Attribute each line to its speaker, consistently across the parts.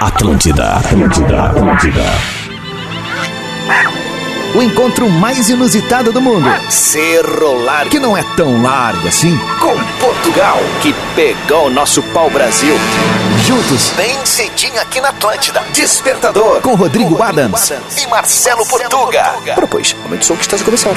Speaker 1: Atlântida, Atlântida, Atlântida.
Speaker 2: O encontro mais inusitado do mundo. Cerro Largo, que não é tão largo assim.
Speaker 3: Com Portugal, que pegou o nosso pau-brasil.
Speaker 2: Juntos,
Speaker 3: Bem cedinho aqui na Atlântida. Despertador.
Speaker 2: com Rodrigo Adams.
Speaker 3: E Marcelo Portuga.
Speaker 2: Ora, pois, momento de som que está a começar.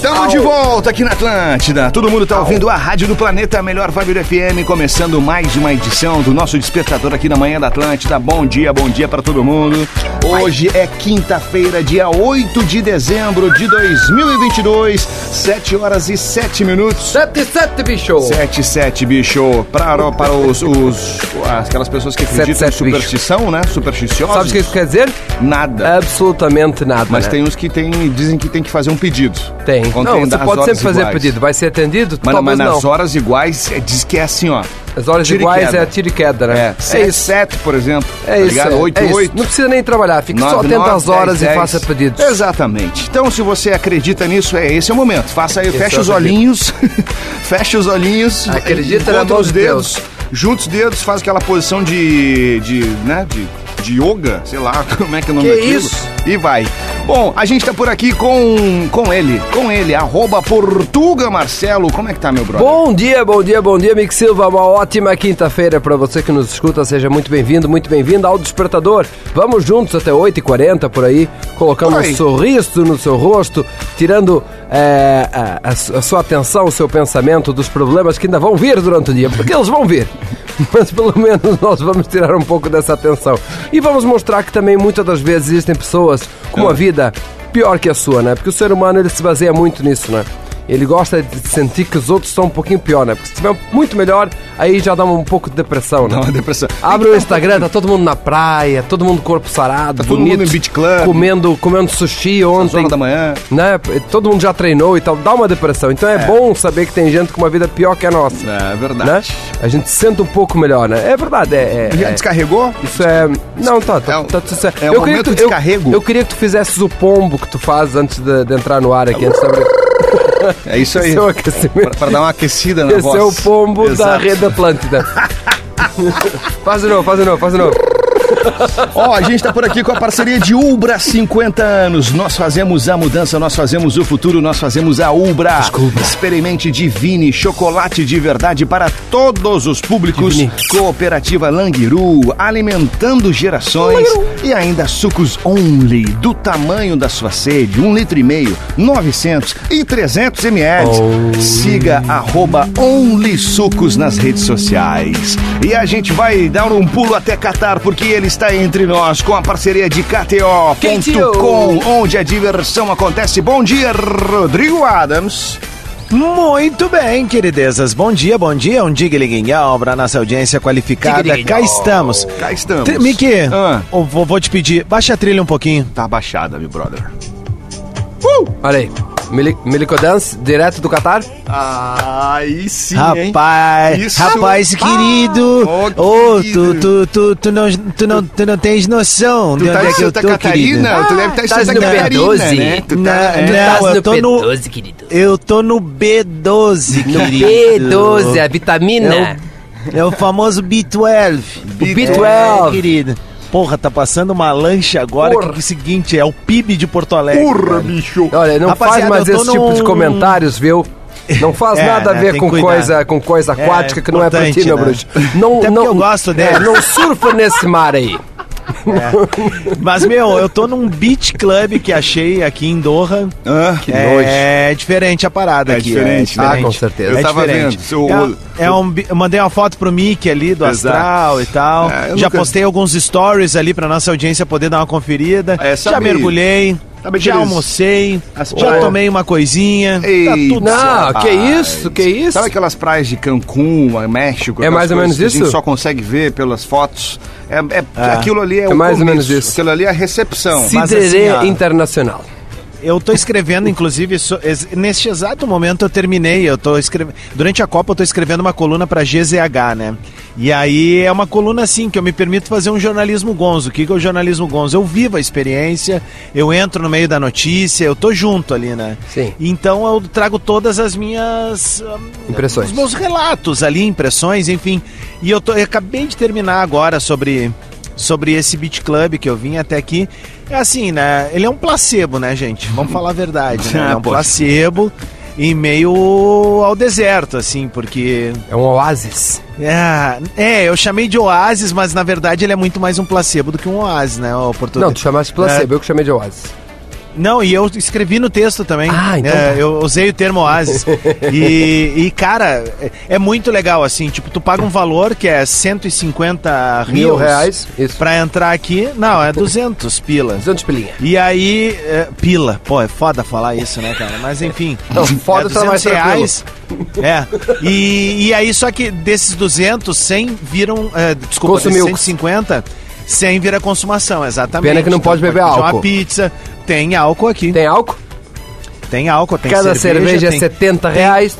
Speaker 4: Tamo de volta aqui na Atlântida. Todo mundo tá ouvindo a Rádio do Planeta, a melhor vibe do FM, começando mais uma edição do nosso despertador aqui na manhã da Atlântida. Bom dia, bom dia pra todo mundo. Hoje é quinta-feira, dia 8 de dezembro de 2022, 7 horas e 7 minutos.
Speaker 5: 77, bicho!
Speaker 4: 7 7, bicho. Para, para os, os- aquelas pessoas que acreditam
Speaker 5: Sete, sete,
Speaker 4: em superstição, né? Supersticiosos.
Speaker 5: Sabe o que É. isso quer dizer?
Speaker 4: Nada.
Speaker 5: Absolutamente nada.
Speaker 4: Mas
Speaker 5: né?
Speaker 4: tem uns que tem, dizem que tem que fazer um pedido.
Speaker 5: Tem.
Speaker 4: Quando
Speaker 5: Não, você
Speaker 4: das
Speaker 5: pode
Speaker 4: horas
Speaker 5: sempre fazer
Speaker 4: iguais.
Speaker 5: pedido. Vai ser atendido?
Speaker 4: Mas, mas
Speaker 5: Talvez não.
Speaker 4: nas horas iguais, é, diz que é assim, ó.
Speaker 5: As horas
Speaker 4: tiro e
Speaker 5: iguais
Speaker 4: queda.
Speaker 5: é tiro e queda, né?
Speaker 4: É, 6, 7, por exemplo.
Speaker 5: É isso.
Speaker 4: Tá
Speaker 5: é,
Speaker 4: ligado? 8,
Speaker 5: é isso.
Speaker 4: 8.
Speaker 5: Não precisa nem trabalhar. Fique só atento às horas e faça pedidos.
Speaker 4: Exatamente. Então, se você acredita nisso, é esse é o momento. Faça aí,
Speaker 5: Esse
Speaker 4: fecha
Speaker 5: eu
Speaker 4: os
Speaker 5: acredito.
Speaker 4: olhinhos. fecha os olhinhos.
Speaker 5: Acredita
Speaker 4: encontra
Speaker 5: na mão
Speaker 4: os
Speaker 5: de
Speaker 4: dedos.
Speaker 5: Deus.
Speaker 4: Junta os dedos, faz aquela posição de. de. né? De, de yoga, sei lá como é que é o nome
Speaker 5: Que
Speaker 4: daquilo.
Speaker 5: isso?
Speaker 4: E vai. Bom, a gente tá por aqui com, com ele, com ele, arroba Portuga Marcelo. Como é que tá, meu brother?
Speaker 5: Bom dia, bom dia, bom dia, Mick Silva. Uma ótima quinta-feira para você que nos escuta. Seja muito bem-vindo, muito bem-vinda ao Despertador. Vamos juntos até 8h40 por aí, colocando
Speaker 4: Por
Speaker 5: um
Speaker 4: aí.
Speaker 5: sorriso no seu rosto, tirando é, a, a su- a sua atenção, o seu pensamento dos problemas que ainda vão vir durante o dia, porque eles vão vir. Mas pelo menos nós vamos tirar um pouco dessa atenção. E vamos mostrar que também muitas das vezes existem pessoas com
Speaker 4: Ah.
Speaker 5: uma vida pior que a sua, né? Porque o ser humano ele se baseia muito nisso, né? Ele gosta de sentir que os outros estão um pouquinho pior, né? Porque se estiver muito melhor, aí já dá um pouco de depressão, né?
Speaker 4: Dá uma depressão.
Speaker 5: Abre o Instagram, tá todo mundo na praia, todo mundo corpo sarado,
Speaker 4: Tá todo
Speaker 5: bonito,
Speaker 4: mundo em beach club.
Speaker 5: comendo, comendo sushi ontem,
Speaker 4: horas da manhã.
Speaker 5: né? Todo mundo já treinou e tal, dá uma depressão. Então é, bom saber que tem gente com uma vida pior que a nossa,
Speaker 4: É verdade.
Speaker 5: né? A gente se sente um pouco melhor, né? É verdade, é- é-
Speaker 4: Já
Speaker 5: é,
Speaker 4: descarregou?
Speaker 5: isso é. Não, tá, tá,
Speaker 4: É um-
Speaker 5: tá tudo certo.
Speaker 4: é um momento
Speaker 5: tu-
Speaker 4: de descarrego.
Speaker 5: Eu, queria que tu fizesses o pombo que tu fazes antes de, de entrar no ar aqui, antes de abrir.
Speaker 4: É isso aí.
Speaker 5: Esse é o aquecimento.
Speaker 4: Pra, pra dar uma aquecida na
Speaker 5: Esse
Speaker 4: voz.
Speaker 5: é o pombo da
Speaker 4: Exato.
Speaker 5: rede Atlântida. faz de novo, faz de novo, faz de novo.
Speaker 4: Ó, a gente tá por aqui com a parceria de Ubra 50 anos. Nós fazemos a mudança, nós fazemos o futuro, nós fazemos a Ubra. Experimente Divine, chocolate de verdade para todos os públicos.
Speaker 5: Divine.
Speaker 4: Cooperativa Langiru, alimentando gerações. E ainda sucos Only, do tamanho da sua sede, um litro e meio, 900 e 300 ml. Siga arroba Only Sucos nas redes sociais. E a gente vai dar um pulo até Catar, porque ele está entre nós com a parceria de KTO.com, onde a diversão acontece. Bom dia, Rodrigo Adams.
Speaker 2: Muito bem, queridezas. Bom dia, bom dia. Um diguiliguinhal pra nossa audiência qualificada. Cá estamos.
Speaker 4: Cá estamos.
Speaker 2: Te- Miki,
Speaker 4: Ah.
Speaker 2: eu vou, vou te pedir, baixa a trilha um pouquinho.
Speaker 4: Tá baixada, meu brother.
Speaker 5: Olha aí. Mili- Milico Dance, direto do Catar.
Speaker 4: Aí sim,
Speaker 2: Rapaz,
Speaker 4: Isso.
Speaker 2: rapaz querido.
Speaker 4: Ô,
Speaker 2: Ô, tu,
Speaker 4: querido.
Speaker 2: tu, tu, tu, não, tu, não, tu não tens noção
Speaker 4: Tu
Speaker 2: de
Speaker 4: tá
Speaker 2: onde
Speaker 4: em
Speaker 2: é que eu
Speaker 4: Santa
Speaker 2: tô,
Speaker 4: Catarina?
Speaker 2: querida.
Speaker 4: tu deve estar em
Speaker 5: tá
Speaker 4: Santa
Speaker 5: no
Speaker 4: Ah, Catarina,
Speaker 5: B12,
Speaker 4: né? Tu
Speaker 2: Na-
Speaker 4: tá, é.
Speaker 2: não,
Speaker 5: Tás
Speaker 2: eu
Speaker 5: no
Speaker 2: tô no,
Speaker 5: P12, querido.
Speaker 2: eu tô no B12,
Speaker 5: No
Speaker 2: querido.
Speaker 5: B12, a
Speaker 2: É
Speaker 5: vitamina.
Speaker 2: o, é o famoso B12.
Speaker 5: B12.
Speaker 2: É, querido. Porra, tá passando uma lancha agora
Speaker 5: Porra.
Speaker 2: que é o seguinte, é o PIB de Porto Alegre. cara.
Speaker 4: bicho.
Speaker 5: Olha, não faz
Speaker 2: Rapaziada,
Speaker 5: mais
Speaker 2: eu
Speaker 5: esse
Speaker 2: tô
Speaker 5: tipo de
Speaker 2: num-
Speaker 5: comentários, viu? Não faz
Speaker 2: É,
Speaker 5: nada a
Speaker 2: né,
Speaker 5: ver
Speaker 2: tem
Speaker 5: com
Speaker 2: que cuidar.
Speaker 5: coisa, com coisa
Speaker 2: É,
Speaker 5: aquática que não é pra ti, meu bruxo.
Speaker 2: importante, né?
Speaker 5: Não,
Speaker 2: Até porque
Speaker 5: não,
Speaker 2: eu gosto dela.
Speaker 5: É, não surfa nesse mar aí.
Speaker 2: Mas, meu, eu tô num beach club que achei aqui em Doha.
Speaker 4: Ah, que
Speaker 2: é diferente a parada
Speaker 4: É
Speaker 2: aqui.
Speaker 4: diferente, né?
Speaker 5: Ah, com certeza.
Speaker 4: Eu
Speaker 2: é
Speaker 4: tava
Speaker 2: diferente.
Speaker 4: vendo, seu-
Speaker 2: É, é um bi- eu mandei uma foto pro Mickey ali do
Speaker 4: Exato.
Speaker 2: Astral e tal.
Speaker 4: É, eu
Speaker 2: Já
Speaker 4: nunca-
Speaker 2: postei alguns stories ali pra nossa audiência poder dar uma conferida.
Speaker 4: É,
Speaker 2: já
Speaker 4: sabe-
Speaker 2: mergulhei,
Speaker 4: sabe
Speaker 2: já
Speaker 4: aqueles-
Speaker 2: almocei,
Speaker 4: As
Speaker 2: já
Speaker 4: praias-
Speaker 2: tomei uma coisinha. Tá
Speaker 4: Ei,
Speaker 2: tudo certo.
Speaker 5: Não, que isso, que isso.
Speaker 4: Sabe aquelas praias de Cancún, eh, México?
Speaker 5: É
Speaker 4: aquelas
Speaker 5: mais ou
Speaker 4: coisas
Speaker 5: menos
Speaker 4: que A gente
Speaker 5: isso?
Speaker 4: só consegue ver pelas fotos. É, é- Aquilo ali é,
Speaker 5: É
Speaker 4: o
Speaker 5: mais ou
Speaker 4: começo,
Speaker 5: menos isso.
Speaker 4: Aquilo ali é a recepção.
Speaker 2: Mas
Speaker 5: Cidrerê
Speaker 2: assim, ó.
Speaker 5: Internacional.
Speaker 2: Eu tô escrevendo, inclusive, so- ex- neste exato momento eu terminei. Eu tô escrevendo. Durante a Copa eu tô escrevendo uma coluna pra GZH, né? E aí é uma coluna assim que eu me permito fazer um jornalismo gonzo. O que, que é o jornalismo gonzo? Eu vivo a experiência, eu entro no meio da notícia, eu tô junto ali, né?
Speaker 5: Sim.
Speaker 2: Então eu trago todas as minhas ah,
Speaker 5: Impressões.
Speaker 2: Os meus relatos ali, impressões, enfim. E eu, tô- eu acabei de terminar agora sobre sobre esse beat club que eu vim até aqui. É assim, né? Ele é um placebo, né, gente? Vamos falar a verdade, né?
Speaker 4: Ah,
Speaker 2: É um
Speaker 4: poxa.
Speaker 2: placebo em meio ao deserto, assim, porque
Speaker 5: É um oásis.
Speaker 2: é, é, eu chamei de oásis, mas na verdade ele é muito mais um placebo do que um oásis, né? ô Portuga?
Speaker 5: Não, tu chamaste
Speaker 2: É.
Speaker 5: placebo, eu que chamei de oásis.
Speaker 2: Não, e eu escrevi no texto também.
Speaker 5: Ah, então
Speaker 2: É,
Speaker 5: tá.
Speaker 2: Eu usei o termo oásis. e, e, cara, é, é muito legal, assim. Tipo, tu paga um valor que é 150
Speaker 5: Mil
Speaker 2: rios
Speaker 5: reais, isso.
Speaker 2: pra entrar aqui. Não, é 200 pila.
Speaker 5: 200 pilinha.
Speaker 2: E aí, é, pila. Pô, é foda falar isso, né, cara? Mas enfim.
Speaker 5: Não, foda tá mais
Speaker 2: É. E, e aí, só que desses 200, 100 viram. É, desculpa,
Speaker 5: Consumiu.
Speaker 2: desses 150, 100 vira consumação, exatamente. Então,
Speaker 5: Pena que não pode beber
Speaker 2: pedir
Speaker 5: álcool.
Speaker 2: Uma pizza. Tem álcool aqui. Tem,
Speaker 5: Tem álcool?
Speaker 2: álcool, tem
Speaker 5: Cada cerveja,
Speaker 2: cerveja.
Speaker 5: é
Speaker 2: tem,
Speaker 5: 70 reais.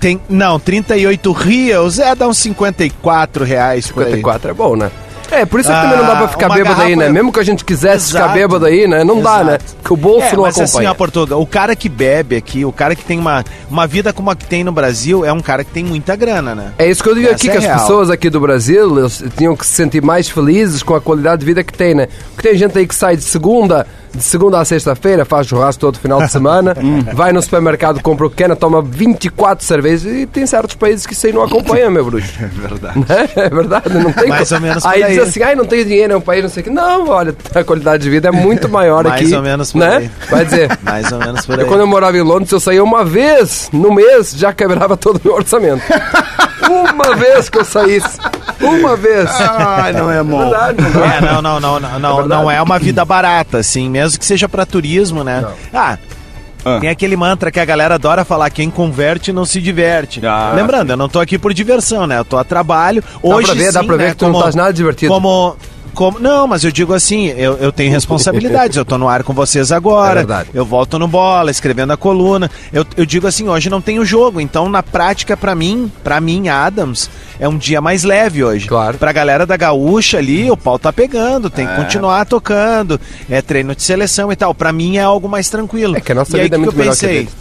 Speaker 2: tem- não, 38 rios. É, dá uns 54 reais. 54.
Speaker 5: 54 é bom, né? É, por isso que também não dá pra
Speaker 2: Ah,
Speaker 5: ficar
Speaker 2: uma
Speaker 5: bêbado aí,
Speaker 2: garrafa-
Speaker 5: né? Mesmo que a gente quisesse ficar
Speaker 2: Exato.
Speaker 5: bêbado aí, né? Não dá,
Speaker 2: Exato.
Speaker 5: né? Porque o bolso
Speaker 2: É,
Speaker 5: não
Speaker 2: mas assim,
Speaker 5: acompanha.
Speaker 2: ó, Portuga, o cara que bebe aqui, o cara que tem uma, uma vida como a que tem no Brasil, é um cara que tem muita grana, né?
Speaker 5: é isso que eu digo
Speaker 2: Essa
Speaker 5: aqui,
Speaker 2: é
Speaker 5: que as
Speaker 2: real.
Speaker 5: pessoas aqui do Brasil eles tinham que se sentir mais felizes com a qualidade de vida que tem, né? Porque tem gente aí que sai de segunda, de segunda a sexta-feira, faz churrasco todo final de semana,
Speaker 2: Hum.
Speaker 5: vai no supermercado, compra o que quer, né? toma 24 cervejas e tem certos países que isso aí não acompanha, meu bruxo.
Speaker 4: Verdade.
Speaker 5: Né? É verdade, não tem
Speaker 2: Mais
Speaker 5: co-
Speaker 2: ou menos por
Speaker 5: Aí
Speaker 2: aí.
Speaker 5: diz assim, ai, não tem dinheiro, é um país, não sei o que. Não, olha, a qualidade de vida é muito maior
Speaker 2: Mais
Speaker 5: aqui.
Speaker 2: ou menos por
Speaker 5: né?
Speaker 2: aí.
Speaker 5: Vai dizer.
Speaker 2: Mais ou menos por aí.
Speaker 5: Eu, É quando eu morava em Londres, eu saía uma vez no mês, já quebrava todo o meu orçamento. uma vez que eu saísse. Uma vez.
Speaker 2: Ah,
Speaker 4: Ai, não é bom.
Speaker 5: Verdade, não dá.
Speaker 2: É, não, não, não, não, não,
Speaker 5: verdade.
Speaker 2: não é uma vida barata, assim, mesmo que seja pra turismo, né? Ah.
Speaker 4: Ah.
Speaker 2: Tem aquele mantra que a galera adora falar, quem converte não se diverte.
Speaker 4: Ah.
Speaker 2: Lembrando, eu não tô aqui por diversão, né? Eu tô a trabalho. Hoje
Speaker 5: pra ver,
Speaker 2: sim,
Speaker 5: dá pra ver
Speaker 2: né,
Speaker 5: que tu não
Speaker 2: como-
Speaker 5: estás nada divertido.
Speaker 2: Como, como, não, mas eu digo assim, eu, eu tenho responsabilidades, eu tô no ar com vocês
Speaker 5: É
Speaker 2: agora,
Speaker 5: verdade.
Speaker 2: eu volto no bola, escrevendo a coluna. Eu, eu digo assim, hoje não tem o jogo, então na prática, pra mim, pra mim, Adams, é um dia mais leve hoje.
Speaker 5: Claro.
Speaker 2: Pra galera da gaúcha ali, o pau tá pegando, tem que continuar tocando, é treino de seleção e tal. Pra mim é algo mais tranquilo.
Speaker 5: É que a nossa
Speaker 2: E aí,
Speaker 5: vida é
Speaker 2: que
Speaker 5: muito
Speaker 2: que eu
Speaker 5: melhor que a
Speaker 2: pensei?
Speaker 5: deles.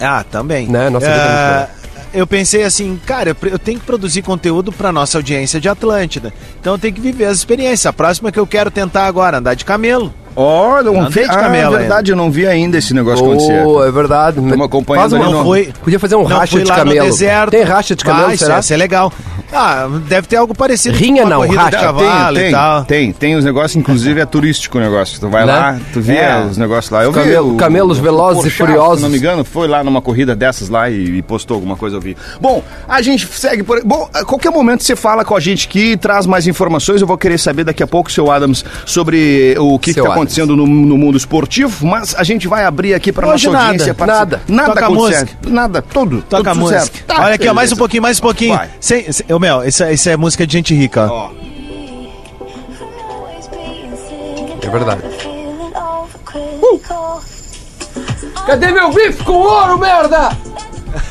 Speaker 2: Ah, também.
Speaker 5: Né? Nossa vida é muito melhor.
Speaker 2: Ah, eu pensei assim, cara, eu, pre- eu tenho que produzir conteúdo pra nossa audiência de Atlântida. Então eu tenho que viver as experiências. A próxima que eu quero tentar agora, andar de camelo.
Speaker 4: Olha, um
Speaker 2: Andei
Speaker 4: feito
Speaker 2: de
Speaker 4: ah,
Speaker 2: camelo
Speaker 4: verdade, eu não vi ainda esse negócio acontecer.
Speaker 5: Oh, é verdade. Mas
Speaker 4: acompanhando
Speaker 5: faz uma-
Speaker 4: ali
Speaker 2: Não,
Speaker 4: não.
Speaker 2: foi.
Speaker 5: Podia fazer um
Speaker 2: não
Speaker 5: racha
Speaker 2: fui
Speaker 5: de
Speaker 2: lá no
Speaker 5: camelo.
Speaker 2: deserto.
Speaker 5: Tem racha de camelo,
Speaker 2: Vai,
Speaker 5: será?
Speaker 2: Isso é legal. Ah, deve ter algo parecido.
Speaker 5: Rinha
Speaker 2: com uma
Speaker 5: não,
Speaker 2: corrida
Speaker 5: racha.
Speaker 2: de cavalo
Speaker 4: Ah, tem,
Speaker 2: e tal.
Speaker 4: tem, tem os negócios, inclusive é turístico o negócio. Tu vai
Speaker 5: Né?
Speaker 4: lá, tu vê
Speaker 2: É.
Speaker 4: os negócios lá. Eu
Speaker 5: Camelo-
Speaker 4: vi o-
Speaker 5: camelos
Speaker 4: o
Speaker 5: velozes e
Speaker 4: Porchat,
Speaker 5: furiosos.
Speaker 4: Se não me engano, foi lá numa corrida dessas lá e, e postou alguma coisa, eu vi. Bom, a gente segue por... Bom, a qualquer momento você fala com a gente aqui, traz mais informações. Eu vou querer saber daqui a pouco, seu Adams, sobre o que
Speaker 5: Seu
Speaker 4: está
Speaker 5: Adams.
Speaker 4: acontecendo no, no mundo esportivo, mas a gente vai abrir aqui para
Speaker 2: Hoje
Speaker 4: nossa
Speaker 2: nada,
Speaker 4: audiência. participar.
Speaker 5: nada.
Speaker 4: Nada
Speaker 2: Toca a
Speaker 4: acontecendo.
Speaker 2: música.
Speaker 4: Nada, tudo.
Speaker 2: Toca a
Speaker 4: tudo
Speaker 2: música.
Speaker 4: certo. Tá,
Speaker 2: Olha aqui, ó, mais
Speaker 4: beleza.
Speaker 2: um pouquinho, mais um pouquinho.
Speaker 4: Vai.
Speaker 2: Sem, sem- ô, Mel, isso, é- isso é música de gente rica,
Speaker 4: Ó.
Speaker 2: ó.
Speaker 5: É
Speaker 6: É
Speaker 5: verdade.
Speaker 6: verdade.
Speaker 7: Uh!
Speaker 5: Cadê meu bife com ouro, merda?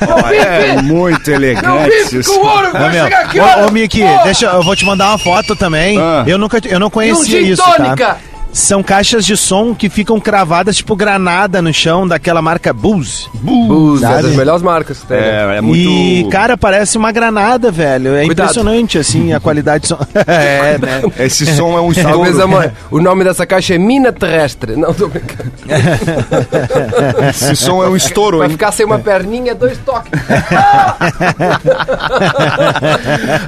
Speaker 5: Meu
Speaker 4: É
Speaker 5: bife!
Speaker 4: muito
Speaker 5: Meu
Speaker 4: elegante
Speaker 5: bife
Speaker 4: isso.
Speaker 5: com ouro!
Speaker 2: Ô,
Speaker 5: Vai
Speaker 2: meu,
Speaker 5: chegar aqui,
Speaker 2: ô,
Speaker 5: olha!
Speaker 2: ô Miki,
Speaker 5: Porra!
Speaker 2: deixa, eu vou te mandar uma foto também.
Speaker 4: Ah.
Speaker 2: Eu nunca, eu não conhecia
Speaker 5: E um gin
Speaker 2: isso, tá?
Speaker 5: tônica.
Speaker 2: São caixas de som que ficam cravadas tipo granada no chão daquela marca Booz.
Speaker 5: Búzios, é das
Speaker 2: Sabe?
Speaker 5: melhores marcas que tem. né?
Speaker 4: É, é muito.
Speaker 2: E, cara, parece uma granada, velho. É
Speaker 5: Cuidado.
Speaker 2: impressionante, assim, a qualidade de som. é, né?
Speaker 4: Esse som é um
Speaker 5: Talvez
Speaker 4: estouro.
Speaker 5: a mãe- o nome dessa caixa é Mina Terrestre. Não, tô brincando.
Speaker 4: Esse som é um estouro,
Speaker 5: Vai
Speaker 4: hein?
Speaker 5: ficar sem uma perninha, dois toques.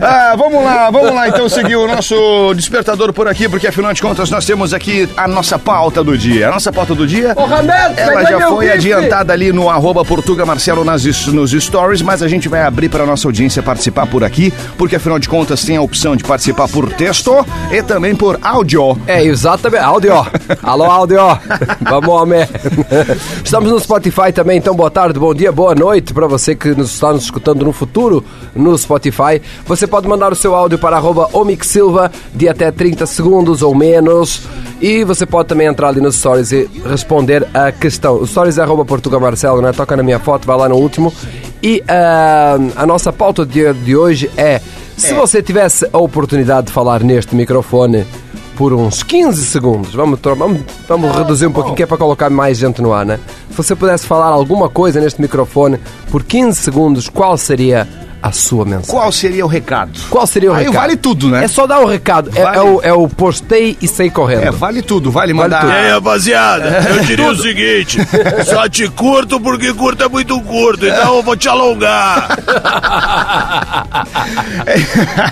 Speaker 4: Ah, vamos lá, vamos lá então seguir o nosso despertador por aqui, porque afinal de contas nós temos aqui a nossa pauta do dia. A nossa pauta do dia.
Speaker 5: Ô, Rameto,
Speaker 4: Ela
Speaker 5: cadê
Speaker 4: já
Speaker 5: meu
Speaker 4: foi
Speaker 5: bife?
Speaker 4: adiantada ali no arroba Portuga Marcelo nas, is- nos stories, mas a gente vai abrir para nossa audiência participar por aqui, porque afinal de contas tem a opção de participar por texto e também por áudio.
Speaker 5: É, exatamente. Áudio. Alô, áudio. Vamos, homem. Estamos no Spotify também, então boa tarde, bom dia, boa noite para você que nos está nos escutando no futuro no Spotify. Você pode mandar o seu áudio para arroba Omic Silva de até 30 segundos ou menos. E você pode também entrar ali nos stories e responder a questão. Os stories é arroba Portuga Marcelo, né? Toca na minha foto, vai lá no último. E ah, a nossa pauta de, de hoje é Se você tivesse a oportunidade de falar neste microfone por uns 15 segundos, vamos, tro- vamos, vamos reduzir um pouquinho, que é para colocar mais gente no ar, né? Se você pudesse falar alguma coisa neste microfone por 15 segundos, qual seria a sua mensagem?
Speaker 4: Qual seria o recado?
Speaker 5: Qual seria o
Speaker 4: Aí
Speaker 5: recado?
Speaker 4: vale tudo, né?
Speaker 5: É só dar o recado. É-
Speaker 4: Vale.
Speaker 5: É, o, é o postei e sei correndo.
Speaker 4: É, vale tudo, vale mandar. É.
Speaker 5: tudo.
Speaker 6: E aí, rapaziada, eu diria o seguinte: só te curto porque curto é muito curto, então eu vou te alongar.